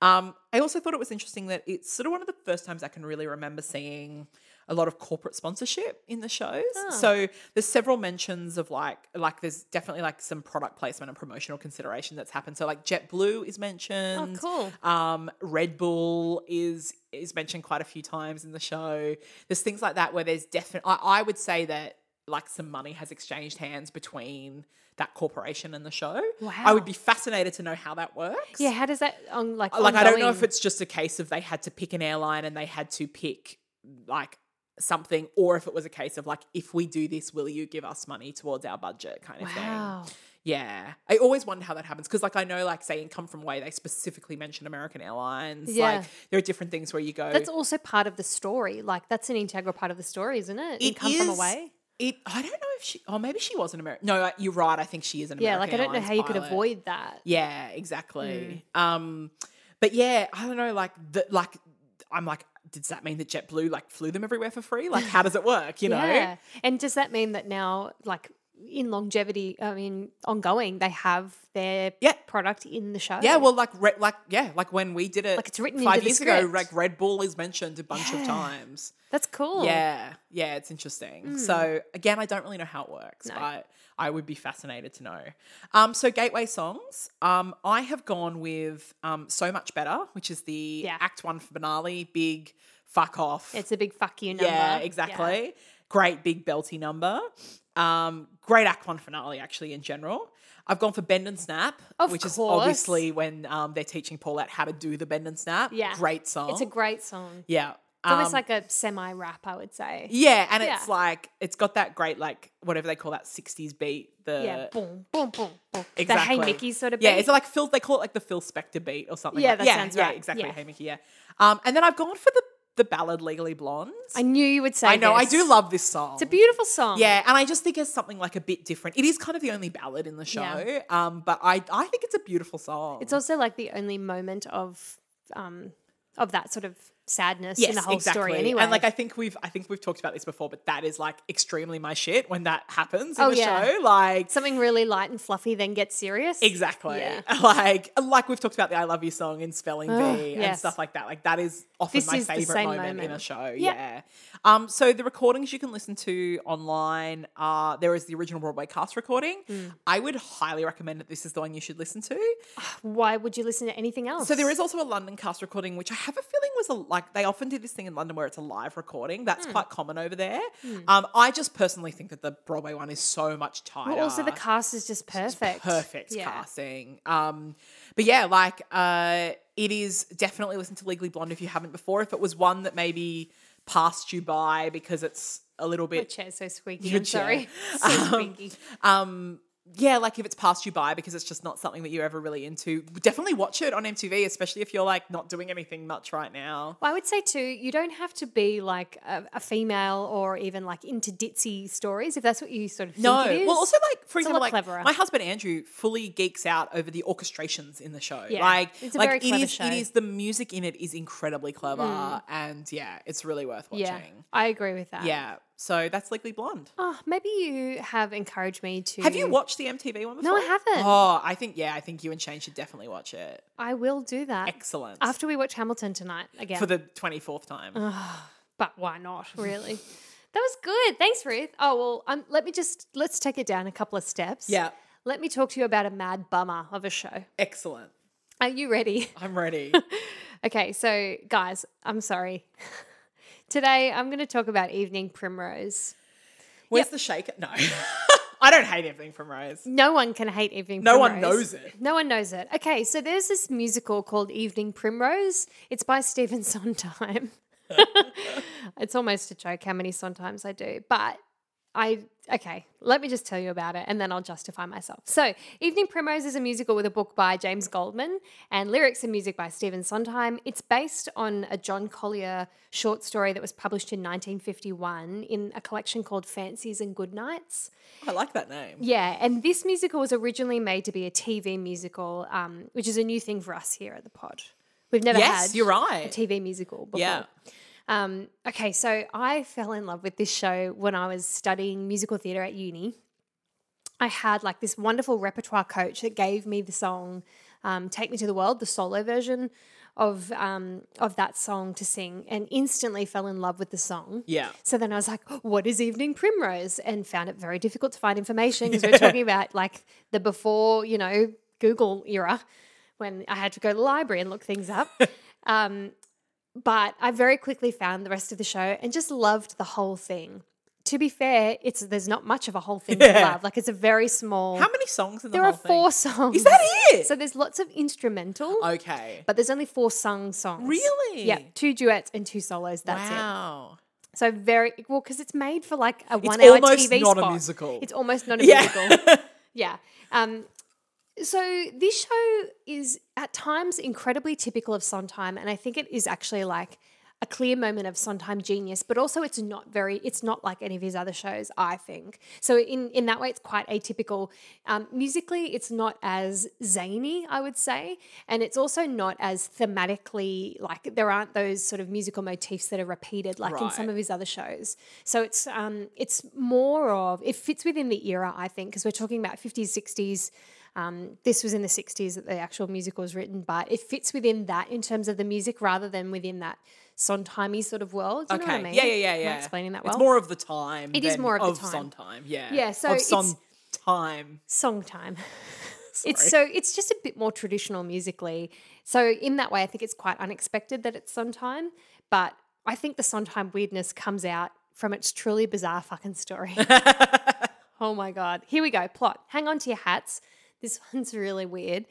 Um, I also thought it was interesting that it's sort of one of the first times I can really remember seeing a lot of corporate sponsorship in the shows. Ah. So there's several mentions of like like there's definitely like some product placement and promotional consideration that's happened. So like JetBlue is Oh, mentioned. cool. Um, Red Bull is is mentioned quite a few times in the show. There's things like that where there's definitely. I, I would say that like some money has exchanged hands between that corporation and the show. I Wow. would be fascinated to know how that works. Yeah, how does that on like Like I don't know ongoing- if it's just a case of they had to pick an airline and they had to pick like something, or if it was a case of like if we do this, will you give us money towards our budget kind of thing. wow. Yeah. I always wonder how that happens because, like, I know, like, say, in Come From Way, they specifically mention American Airlines. Yeah. Like, there are different things where you go. That's also part of the story. Like that's an integral part of the story, isn't it? You It come from is. away. It, I don't know if she, oh, maybe she was an American. No, uh, you're right. I think she is an yeah, American like I don't know Airlines how you could pilot. avoid Mm. that. Yeah, exactly. Um, but yeah, I don't know. Like, the, like, I'm like, does that mean that JetBlue like flew them everywhere for free? Like, how does it work? You know? Yeah. And does that mean that now, like in longevity, I mean, ongoing, they have their Yeah. product in the show? Yeah, well, like, re- like, yeah, like when we did it, Like, it's written five into the years ago. script. Like Red Bull is mentioned a bunch Yeah. of times. that's cool. Yeah, yeah, it's interesting. So again, I don't really know how it works, Hmm. No. but I would be fascinated to know. Um, so gateway songs, um, I have gone with um, "So Much Better," which is the Yeah. Act One finale, big fuck off. It's a big fuck you number. yeah, exactly. Great big belty number. Um, great Act One finale, actually, in general. I've gone for Bend and Snap, Of which is course. obviously when um, they're teaching Paulette how to do the bend and snap. Yeah. Great song. It's a great song. yeah. It's almost Um, like a semi rap, I would say. yeah, and it's Yeah. like it's got that great like whatever they call that '60s beat. The yeah, boom, boom, boom, boom. exactly. The Hey Mickey sort of yeah, beat. it's like Phil. They call it like the Phil Spector beat or something. Yeah, like- that yeah, sounds yeah, right. Exactly. Yeah. Hey Mickey. Yeah. Um, and then I've gone for the the ballad "Legally Blonde." I knew you would say I know. I this. do love this song. It's a beautiful song. Yeah, and I just think it's something like a bit different. It is kind of the only ballad in the show, Yeah. um, but I I think it's a beautiful song. It's also like the only moment of um of that sort of sadness in the whole story anyway. And like I think we've I think we've talked about this before, but that is like extremely my shit when that happens in Oh, the yeah. show. Like something really light and fluffy then gets serious. Exactly. Yeah. Like like we've talked about the I love you song in spelling Ugh, bee and yes. stuff like that. Like that is often This my is the favorite same moment, in moment. a show. Yeah. Um so the recordings you can listen to online are there is the original Broadway cast recording. Hmm. I would highly recommend that this is the one you should listen to. Why would you listen to anything else? So there is also a London cast recording, which I have a feeling was a, like they often do this thing in London where it's a live recording. Hmm. That's quite common over there. Um, I just personally think that the Broadway one is so much tighter. Well, also the cast is just perfect. perfect Yeah. casting. Um, but yeah, like uh, it is definitely listen to Legally Blonde if you haven't before. If it was one that maybe passed you by because it's a little My bit chair's so squeaky. Your I'm sorry. So squeaky. um yeah like if it's passed you by because it's just not something that you're ever really into definitely watch it on mtv especially if you're like not doing anything much right now Well, I would say too, you don't have to be like a, a female or even like into ditzy stories if that's what you sort of think no it is. well also like for It's a example lot like cleverer. my husband andrew fully geeks out over the orchestrations in the show Yeah. like It's a like very it clever is show. Mm. it is the music in it is incredibly clever and yeah it's really worth watching yeah, I agree with that. Yeah. so that's legally blonde Oh, maybe you have encouraged me to. have you watched the mtv one before No, I haven't. oh i think yeah i think you and shane should definitely watch it I will do that excellent after we watch Hamilton tonight again. for the 24th time but why not? Really, that was good. Thanks, Ruth. Oh well, um, let me just let's take it down a couple of steps. yeah Let me talk to you about a mad bummer of a show. excellent Are you ready? I'm ready. Okay, so guys, I'm sorry. Today I'm going to talk about Evening Primrose. Where's the shaker? No. I don't hate everything from Rose. No one can hate Evening No Primrose. one knows it. No one knows it. Okay, so there's this musical called Evening Primrose. It's by Stephen Sondheim. it's almost a joke how many Sondheims I do, but I okay, let me just tell you about it and then I'll justify myself. So, Evening Primrose is a musical with a book by James Goldman and lyrics and music by Stephen Sondheim. It's based on a John Collier short story that was published in 1951 in a collection called Fancies and Goodnights. I like that name. Yeah, and this musical was originally made to be a TV musical, um, which is a new thing for us here at the pod. We've never Yes, had you're right. a TV musical before. Yeah. Um, okay, so I fell in love with this show when I was studying musical theatre at uni. I had like this wonderful repertoire coach that gave me the song um, "Take Me to the World," the solo version of um, of that song to sing, and instantly fell in love with the song. Yeah. So then I was like, "What is Evening Primrose?" and found it very difficult to find information because we were talking about like the before you know Google era when I had to go to the library and look things up. um, but I very quickly found the rest of the show and just loved the whole thing. To be fair, it's there's not much of a whole thing to Yeah. love. Like it's a very small. How many songs in the there whole are four songs. Thing? Is that it? So there's lots of instrumental, okay. but there's only four sung songs. Really? Yeah, two duets and two solos. That's it. wow. So very well because it's made for like a It's one hour almost TV not spot. a musical. It's almost not a musical. yeah. Yeah. Um, so this show is at times incredibly typical of Sondheim, and I think it is actually like a clear moment of Sondheim genius, but also it's not very, it's not like any of his other shows, I think. So in in that way, it's quite atypical. Um, musically, it's not as zany, I would say, and it's also not as thematically like there aren't those sort of musical motifs that are repeated like in some Right. of his other shows. So it's um, it's more of it fits within the era, I think, because we're talking about fifties, sixties. Um, this was in the 60s that the actual musical was written, but it fits within that in terms of the music rather than within that Sondheimey sort of world. Do you okay. know what I mean? Yeah, yeah, yeah, Am I yeah. explaining that It's well? more of the time. It is than more of the time. Sondheim. Yeah. Yeah, so of it's- Sondheim. time. Song time. it's so it's just a bit more traditional musically. So in that way, I think it's quite unexpected that it's Sondheim, but I think the Sondheim weirdness comes out from its truly bizarre fucking story. Oh my God. Here we go. Plot. Hang on to your hats. This one's really weird,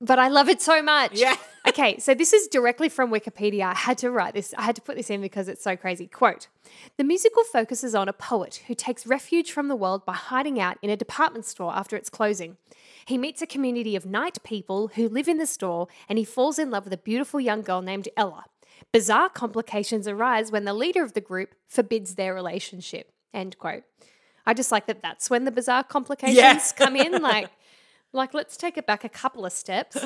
but I love it so much. Yeah. okay, so this is directly from Wikipedia. I had to write this, I had to put this in because it's so crazy. Quote The musical focuses on a poet who takes refuge from the world by hiding out in a department store after its closing. He meets a community of night people who live in the store and he falls in love with a beautiful young girl named Ella. Bizarre complications arise when the leader of the group forbids their relationship. End quote. I just like that that's when the bizarre complications come in. Like, like let's take it back a couple of steps.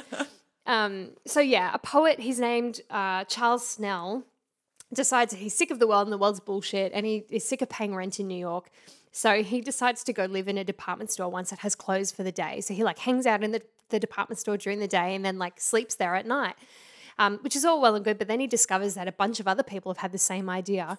Um, so yeah, a poet. He's named uh, Charles Snell. Decides that he's sick of the world and the world's bullshit, and he is sick of paying rent in New York. So he decides to go live in a department store once it has closed for the day. So he like hangs out in the, the department store during the day and then like sleeps there at night, um, which is all well and good. But then he discovers that a bunch of other people have had the same idea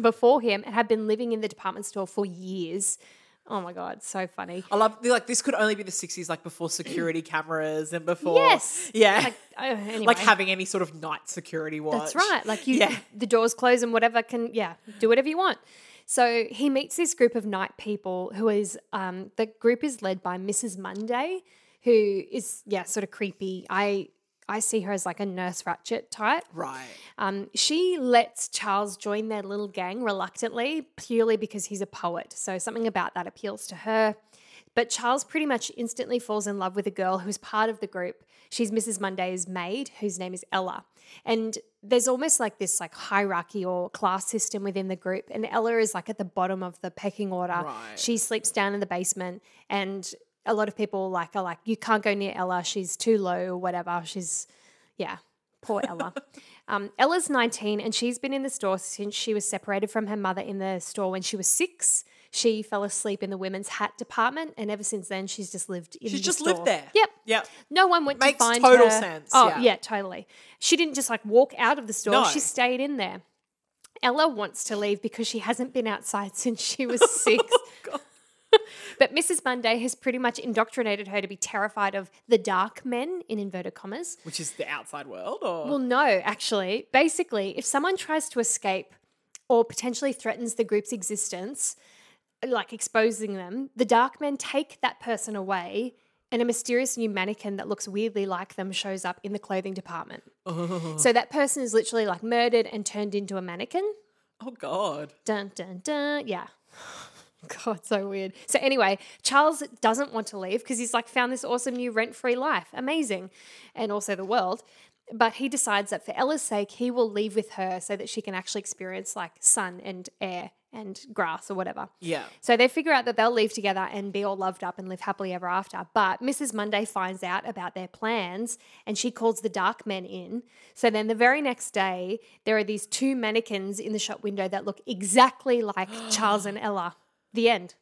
before him and have been living in the department store for years. Oh my god, so funny. I love like this could only be the sixties, like before security cameras and before Yes. yeah, Like, like, oh, anyway. having any sort of night security watch. That's right. Like you, Yeah. the doors close and whatever can, yeah, do whatever you want. So he meets this group of night people who is, um, the group is led by Mrs. Monday, who is, yeah, sort of creepy. I, I see her as like a Nurse Ratchet type. Right. Um, she lets Charles join their little gang reluctantly, purely because he's a poet. So something about that appeals to her. But Charles pretty much instantly falls in love with a girl who's part of the group. She's Mrs. Monday's maid, whose name is Ella. And there's almost like this like hierarchy or class system within the group. And Ella is like at the bottom of the pecking order. Right. She sleeps down in the basement and a lot of people like are like, you can't go near Ella, she's too low or whatever. She's yeah. Poor Ella. um, Ella's 19 and she's been in the store since she was separated from her mother in the store when she was six. She fell asleep in the women's hat department and ever since then she's just lived in She's the just store. lived there. Yep. Yep. No one went Makes to find total her. sense, Oh, yeah. yeah, totally. She didn't just like walk out of the store, No. she stayed in there. Ella wants to leave because she hasn't been outside since she Oh, was six. But Mrs. Monday has pretty much indoctrinated her to be terrified of the dark men, in inverted commas. Which is the outside world or Well, no, actually. Basically, if someone tries to escape or potentially threatens the group's existence, like exposing them, the dark men take that person away and a mysterious new mannequin that looks weirdly like them shows up in the clothing department. So that person is literally like murdered and turned into a mannequin. Oh God. Dun dun dun. Yeah. God, so weird. So anyway, Charles doesn't want to leave because he's like found this awesome new rent-free life. Amazing. And also the world. But he decides that for Ella's sake, he will leave with her so that she can actually experience like sun and air and grass or whatever. Yeah. So they figure out that they'll leave together and be all loved up and live happily ever after. But Mrs. Monday finds out about their plans and she calls the dark men in. So then the very next day, there are these two mannequins in the shop window that look exactly like Charles and Ella. The end.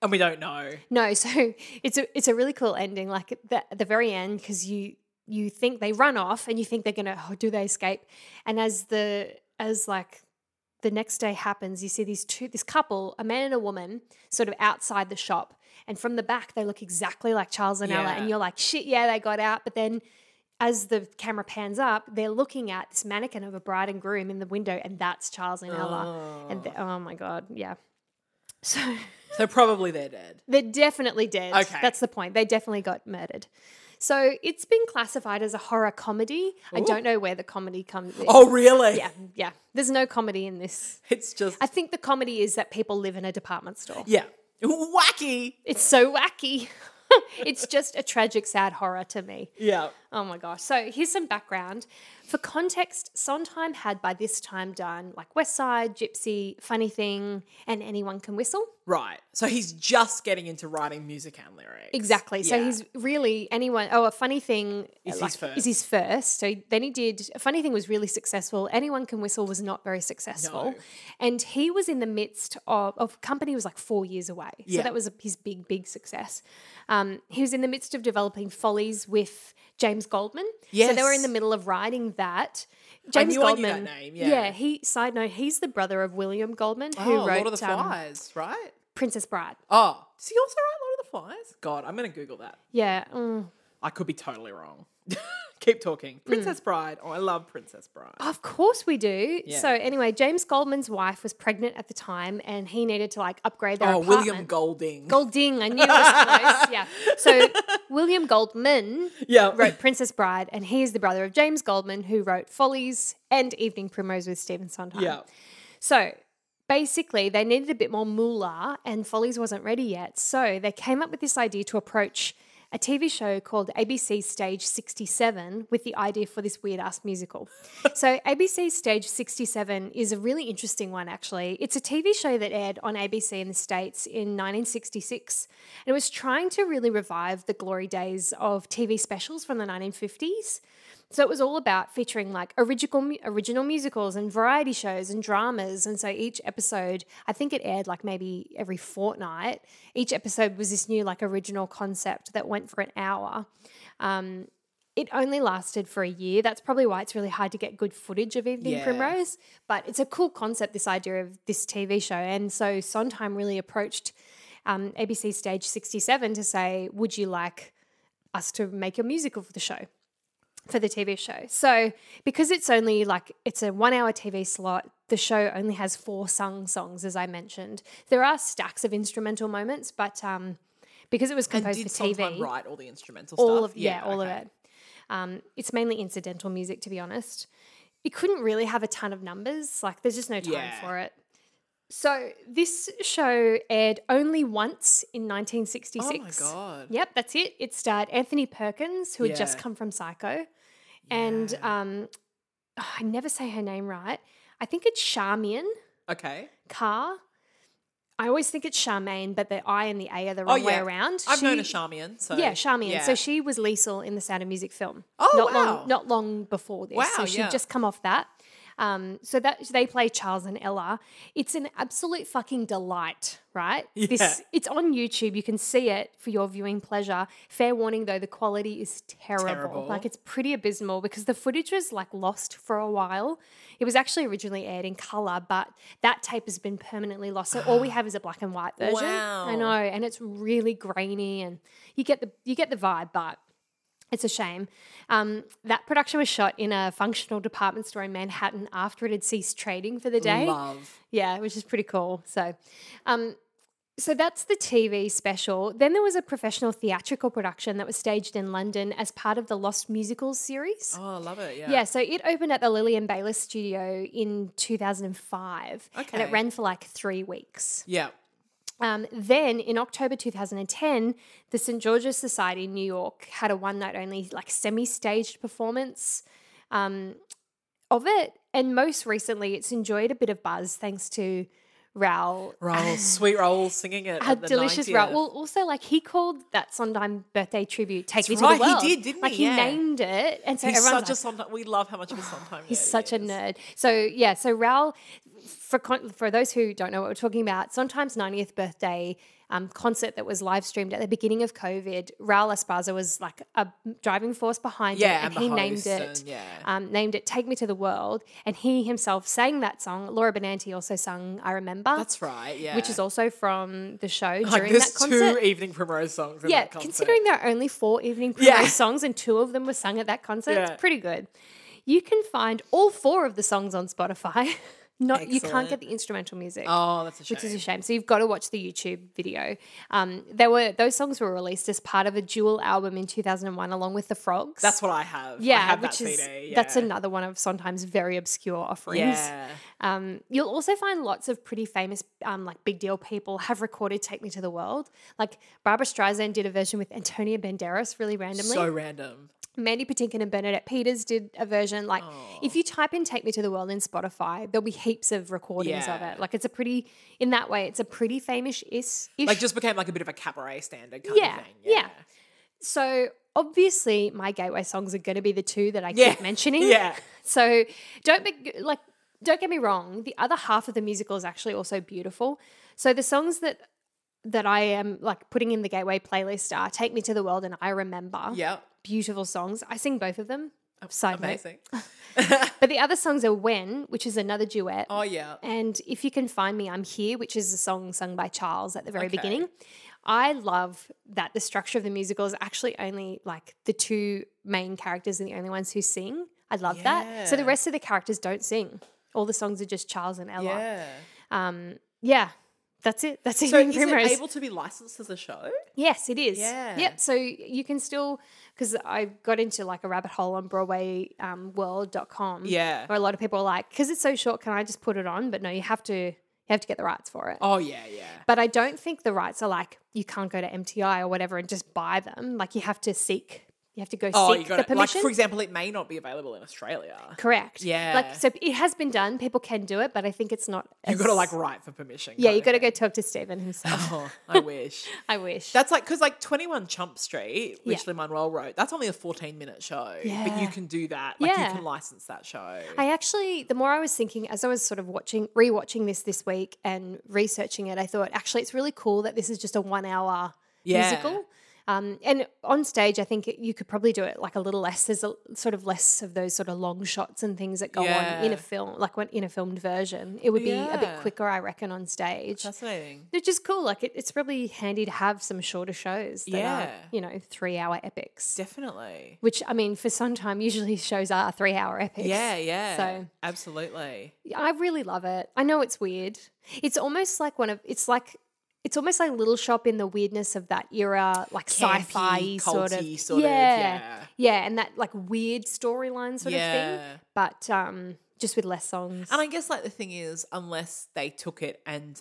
And we don't know. No, so it's a it's a really cool ending. Like at the, at the very end, because you you think they run off and you think they're going to oh, do they escape and as the as like the next day happens you see these two this couple a man and a woman sort of outside the shop and from the back they look exactly like Charles and Ella Yeah. and you're like shit yeah they got out but then as the camera pans up they're looking at this mannequin of a bride and groom in the window and that's Charles and Ella and the- oh my god yeah so So probably they're dead. they're definitely dead. Okay. That's the point. They definitely got murdered. So it's been classified as a horror comedy. I don't know where the comedy comes in. Oh, really? Yeah, yeah. There's no comedy in this. It's just I think the comedy is that people live in a department store. yeah, wacky. It's so wacky. it's just a tragic, sad horror to me. Yeah. Oh my gosh. So here's some background. For context, Sondheim had by this time done like West Side, Gypsy, Funny Thing, and Anyone Can Whistle. Right. So he's just getting into writing music and lyrics. Exactly. So Yeah. he's really anyone. Oh, a funny thing Is his is his first. So then he did. A funny thing was really successful. Anyone can whistle was not very successful, No. and he was in the midst of, of company was like four years away. So Yeah. that was a, his big big success. Um, he was in the midst of developing Follies with James Goldman. So they were in Yes. the middle of writing that. I James knew I knew Goldman. that name, yeah. He side note. He's the brother of William Goldman, who oh, wrote Lord of the um, Flies, right? Princess Bride. Oh, does he also write Lord of the Flies? God, I'm gonna Google that. Yeah. mm. I could be totally wrong. Keep talking. Princess Bride. Oh, I love Princess Bride. Of course we do. Yeah. So anyway, James Goldman's wife was pregnant at the time, and he needed to like upgrade their Oh, apartment. William Golding. Golding, I knew it was close. Yeah. So William Goldman yeah. wrote Princess Bride, and he is the brother of James Goldman, who wrote Follies and Evening Primrose with Stephen Sondheim. Yeah. So basically, they needed a bit more moolah, and Follies wasn't ready yet. So they came up with this idea to approach a TV show called ABC Stage 67 with the idea for this weird ass musical. so, ABC Stage 67 is a really interesting one, actually. It's a TV show that aired on ABC in the States in 1966, and it was trying to really revive the glory days of TV specials from the 1950s. So it was all about featuring like original mu- original musicals and variety shows and dramas. And so each episode, I think it aired like maybe every fortnight. Each episode was this new like original concept that went for an hour. Um, it only lasted for a year. That's probably why it's really hard to get good footage of Evening Yeah. Primrose. But it's a cool concept, this idea of this TV show. And so Sondheim really approached um, ABC Stage 67 to say, would you like us to make a musical for the show? for the TV show. So because it's only like it's a one hour TV slot, the show only has four sung songs, as I mentioned. There are stacks of instrumental moments, but um, because it was And composed did for TV, Sondheim write all the instrumental all stuff? of yeah, all okay. of it. Um, it's mainly incidental music, to be honest. It couldn't really have a ton of numbers. Like there's just no time Yeah. for it. So this show aired only once in 1966. Oh my god. Yep, that's it. It starred Anthony Perkins, who had just Yeah. come from Psycho, and um, oh, I never say her name right. I think it's Charmian Okay. Carr. I always think it's Charmaine, but the I and the A are the Oh wrong way yeah. around. I've known a She- Charmian. So Yeah, Charmian. yeah. So she was Liesel in the Sound of Music film. Oh, not wow. long, not long before this. so Wow, she'd yeah. just come off that. Um, so that so they play Charles and Ella. It's an absolute fucking delight, right? This Yeah. it's on YouTube. You can see it for your viewing pleasure. Fair warning though, the quality is terrible. Terrible. Like it's pretty abysmal because the footage was like lost for a while. It was actually originally aired in color, but that tape has been permanently lost. So all we have is a black and white version. I Wow. know, and it's really grainy, and you get the you get the vibe, but it's a shame. Um, that production was shot in a functional department store in Manhattan after it had ceased trading for the day. Love. Yeah, which is pretty cool. So, um, so that's the TV special. Then there was a professional theatrical production that was staged in London as part of the Lost Musicals series. Oh, I love it. Yeah. Yeah, so it opened at the Lillian Baylor Studio in 2005 and Okay. it ran for like three weeks. Yeah. Um, then in October 2010, the St. George's Society in New York had a one night only, like semi staged performance um, of it. And most recently, it's enjoyed a bit of buzz thanks to Raoul. Raoul, sweet Raoul singing it. A at the Ah. delicious 90th. Raoul. Well, also, like he called that Sondheim birthday tribute "Take Me That's to right, the he World." did, didn't like he? Yeah. named it, and so He's everyone's such like, "Oh, a Sondheim. We love how much of a Sondheim. He's such a nerd. So yeah, so Raoul for con- for those who don't know what we're talking about, sometimes 90th birthday um, concert that was live streamed at the beginning of COVID, Raul Esparza was like a driving force behind Yeah, and it, and the he host named it and- yeah. um, named it "Take Me to the World," and he himself sang that song. Laura Benanti also sung "I Remember," That's right. Yeah. which is also from the show like during there's that concert. two evening primrose songs. In yeah, that concert. considering there are only four evening Yeah. primrose songs and two of them were sung at that concert, Yeah. it's pretty good. You can find all four of the songs on Spotify. Not you can't get Excellent. the instrumental music. Oh, that's a shame. Which is a shame. So you've got to watch the YouTube video. Um, there were those songs were released as part of a dual album in 2001, along with the Frogs. that's what I have. I yeah, have which that is CD, that's yeah. another one of sometimes very obscure offerings. Yeah. Um, you'll also find lots of pretty famous, um, like big deal people have recorded "Take Me to the World." Like Barbara Streisand did a version with Antonia Banderas, really randomly. So random. Mandy Patinkin and Bernadette Peters did a version. Like, if you type in "Take Me to the World" in Spotify, there'll be heaps of recordings of Yeah. it. Like, it's a pretty, in that way, it's a pretty famous ish. Like just became like a bit of a cabaret standard kind yeah, of thing. yeah, So obviously, my gateway songs are going to be the two that I Yeah. keep mentioning. Yeah. So don't be like, don't get me wrong. The other half of the musical is actually also beautiful. So the songs that that I am like putting in the gateway playlist are "Take Me to the World" and "I Remember." Yeah. Oh, beautiful songs. I sing both of them. Side note. Amazing. But the other songs are "When," which is another duet. Oh yeah. And if you can find me, I'm here, which is a song sung by Charles at the very Okay. beginning. I love that the structure of the musical is actually only like the two main characters are the only ones who sing. I love that. So the Yeah. rest of the characters don't sing. All the songs are just Charles and Ella. Yeah, Yeah. um, yeah that's it. That's So Evening is Primrose. it able to be licensed as a show? Yes, it is. Yeah. Yep. So you can still, because I got into like a rabbit hole on BroadwayWorld.com. Um, Yeah. Where a lot of people are like, because it's so short, can I just put it on? But no, you have to, you have to get the rights for it. Oh yeah, yeah. But I don't think the rights are like, you can't go to MTI or whatever and just buy them. Like you have to seek, you have to go Oh, you seek got the it. Like permission. for example, it may not be available in Australia. Correct. Yeah. Like, so it has been done. People can do it, but I think it's not. You as- got to like write for permission. yeah, kind you of got to thing. go talk to Stephen himself. Oh, I wish. I wish. That's like because like Twenty One Chump Street, which Yeah. Lin Manuel wrote, that's only a fourteen minute show, but you Yeah. can do that. Like Yeah. you can license that show. I actually, the more I was thinking, as I was sort of watching, rewatching this this week and researching it, I thought actually it's really cool that this is just a one hour Yeah. musical. Um, and on stage, I think you could probably do it like a little less. There's a sort of less of those sort of long shots and things that go on Yeah. in a film, like when, in a filmed version. It would be a bit Yeah. quicker, I reckon, on stage. Fascinating. Which is cool. Like it, it's probably handy to have some shorter shows that are, Yeah. you know, three hour epics. Definitely. Which I mean, for some time, usually shows are three hour epics. Yeah, yeah. So- absolutely. I really love it. I know it's weird. It's almost like one of it's like it's almost like Little Shop in the weirdness of that era, like sci-fi Campy, sort of, culty sort of, yeah. yeah, and that like weird storyline sort of Yeah. thing, but um, just with less songs. And I guess like the thing is, unless they took it and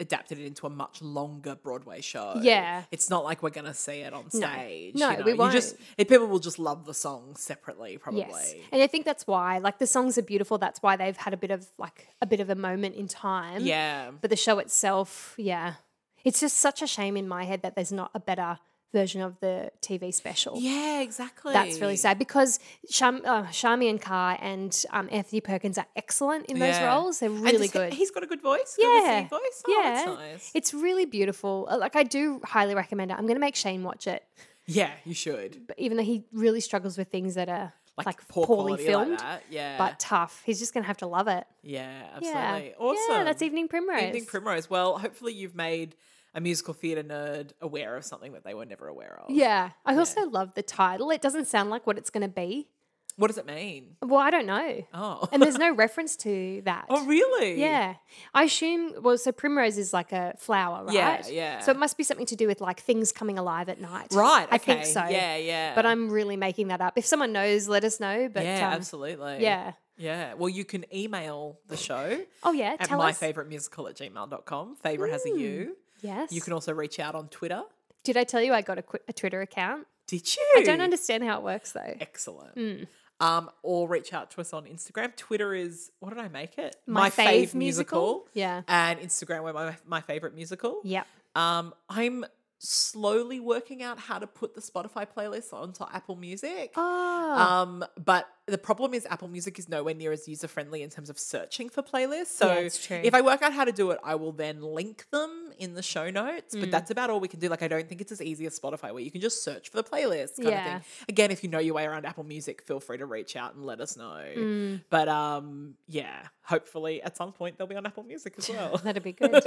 adapted it into a much longer Broadway show, Yeah. it's not like we're gonna see it on stage. No, you know? we You just won't. it, people will just love the song separately, probably. yes, and I think that's why, like, the songs are beautiful. That's why they've had a bit of like a bit of a moment in time. Yeah. but the show itself, yeah, it's just such a shame in my head that there's not a better version of the TV special. Yeah, exactly. That's really sad because Sham, uh, Shami and Carr and um, Anthony Perkins are excellent in those Yeah. roles. They're And really just- uh, good. He's got a good voice. Good yeah, listening voice. Oh, yeah, that's nice. it's really beautiful. Uh, Like I do highly recommend it. I'm going to make Shane watch it, Yeah, you should. but even though he really struggles with things that are like, Like, poor poorly quality filmed, like that. Yeah. but tough, he's just going to have to love it. yeah, Yeah, absolutely. Awesome. Yeah, that's Evening Primrose. Evening Primrose. Well, hopefully you've made a musical theatre nerd aware of something that they were never aware of. Yeah, I also love the title. It doesn't sound like what it's going to be. What does it mean? Well, I don't know, Oh. and there's no reference to that. oh, really? Yeah. I assume, well, so primrose is like a flower, right? Yeah, yeah. So it must be something to do with like things coming alive at night. Right. I think okay. so. Yeah, yeah. But I'm really making that up. If someone knows, let us know. But yeah, um, absolutely. Yeah. Yeah. Well, you can email the show Oh, yeah. at tell my us. favorite musical at gmail.com. Favorite has a U. Yes. You can also reach out on Twitter. Did I tell you I got a, qu- a Twitter account? Did you? I don't Hmm. understand how it works though. Excellent. Um, or reach out to us on Instagram. Twitter is what did I make it? My Fave Musical. Yeah. And Instagram where my my favorite musical. Yep. Um, I'm slowly working out how to put the Spotify playlist onto Apple Music. Oh, Um, but the problem is Apple Music is nowhere near as user friendly in terms of searching for playlists. So Yeah, it's true. if I work out how to do it, I will then link them in the show notes. Mm. But that's about all we can do. Like I don't think it's as easy as Spotify where you can just search for the playlist kind Yeah. of thing. Again, if you know your way around Apple Music, feel free to reach out and let us know. Mm. But um, yeah, hopefully at some point they'll be on Apple Music as well. Oh, that'd be good. Look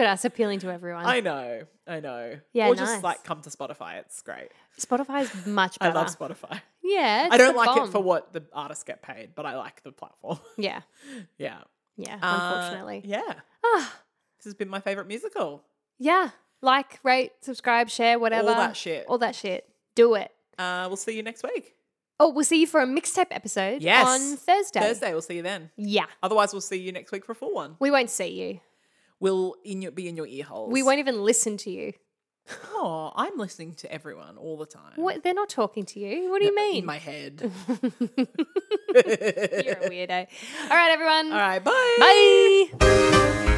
at us appealing to everyone. Oh. I know, I know. Yeah, or nice. just like come to Spotify. It's great. Spotify's much I better. love Spotify. yeah, I it's don't the like it bomb. for what the artists get paid, but I like the platform. yeah, yeah. yeah. Uh, unfortunately, yeah. yeah. Ah. This has been my favorite musical. yeah. Like, rate, subscribe, share, whatever. All that shit. All that shit. Do it. Uh, we'll see you next week. Oh, we'll see you for a mixtape episode Yes. on Thursday. Thursday, we'll see you then. Yeah. Otherwise, we'll see you next week for a full one. We won't see you. We'll in your, be in your ear holes. We won't even listen to you. Oh, I'm listening to everyone all the time. What, they're not talking to you. What do you mean? In my head. You're a weirdo. All right, everyone. all right. Bye. Bye.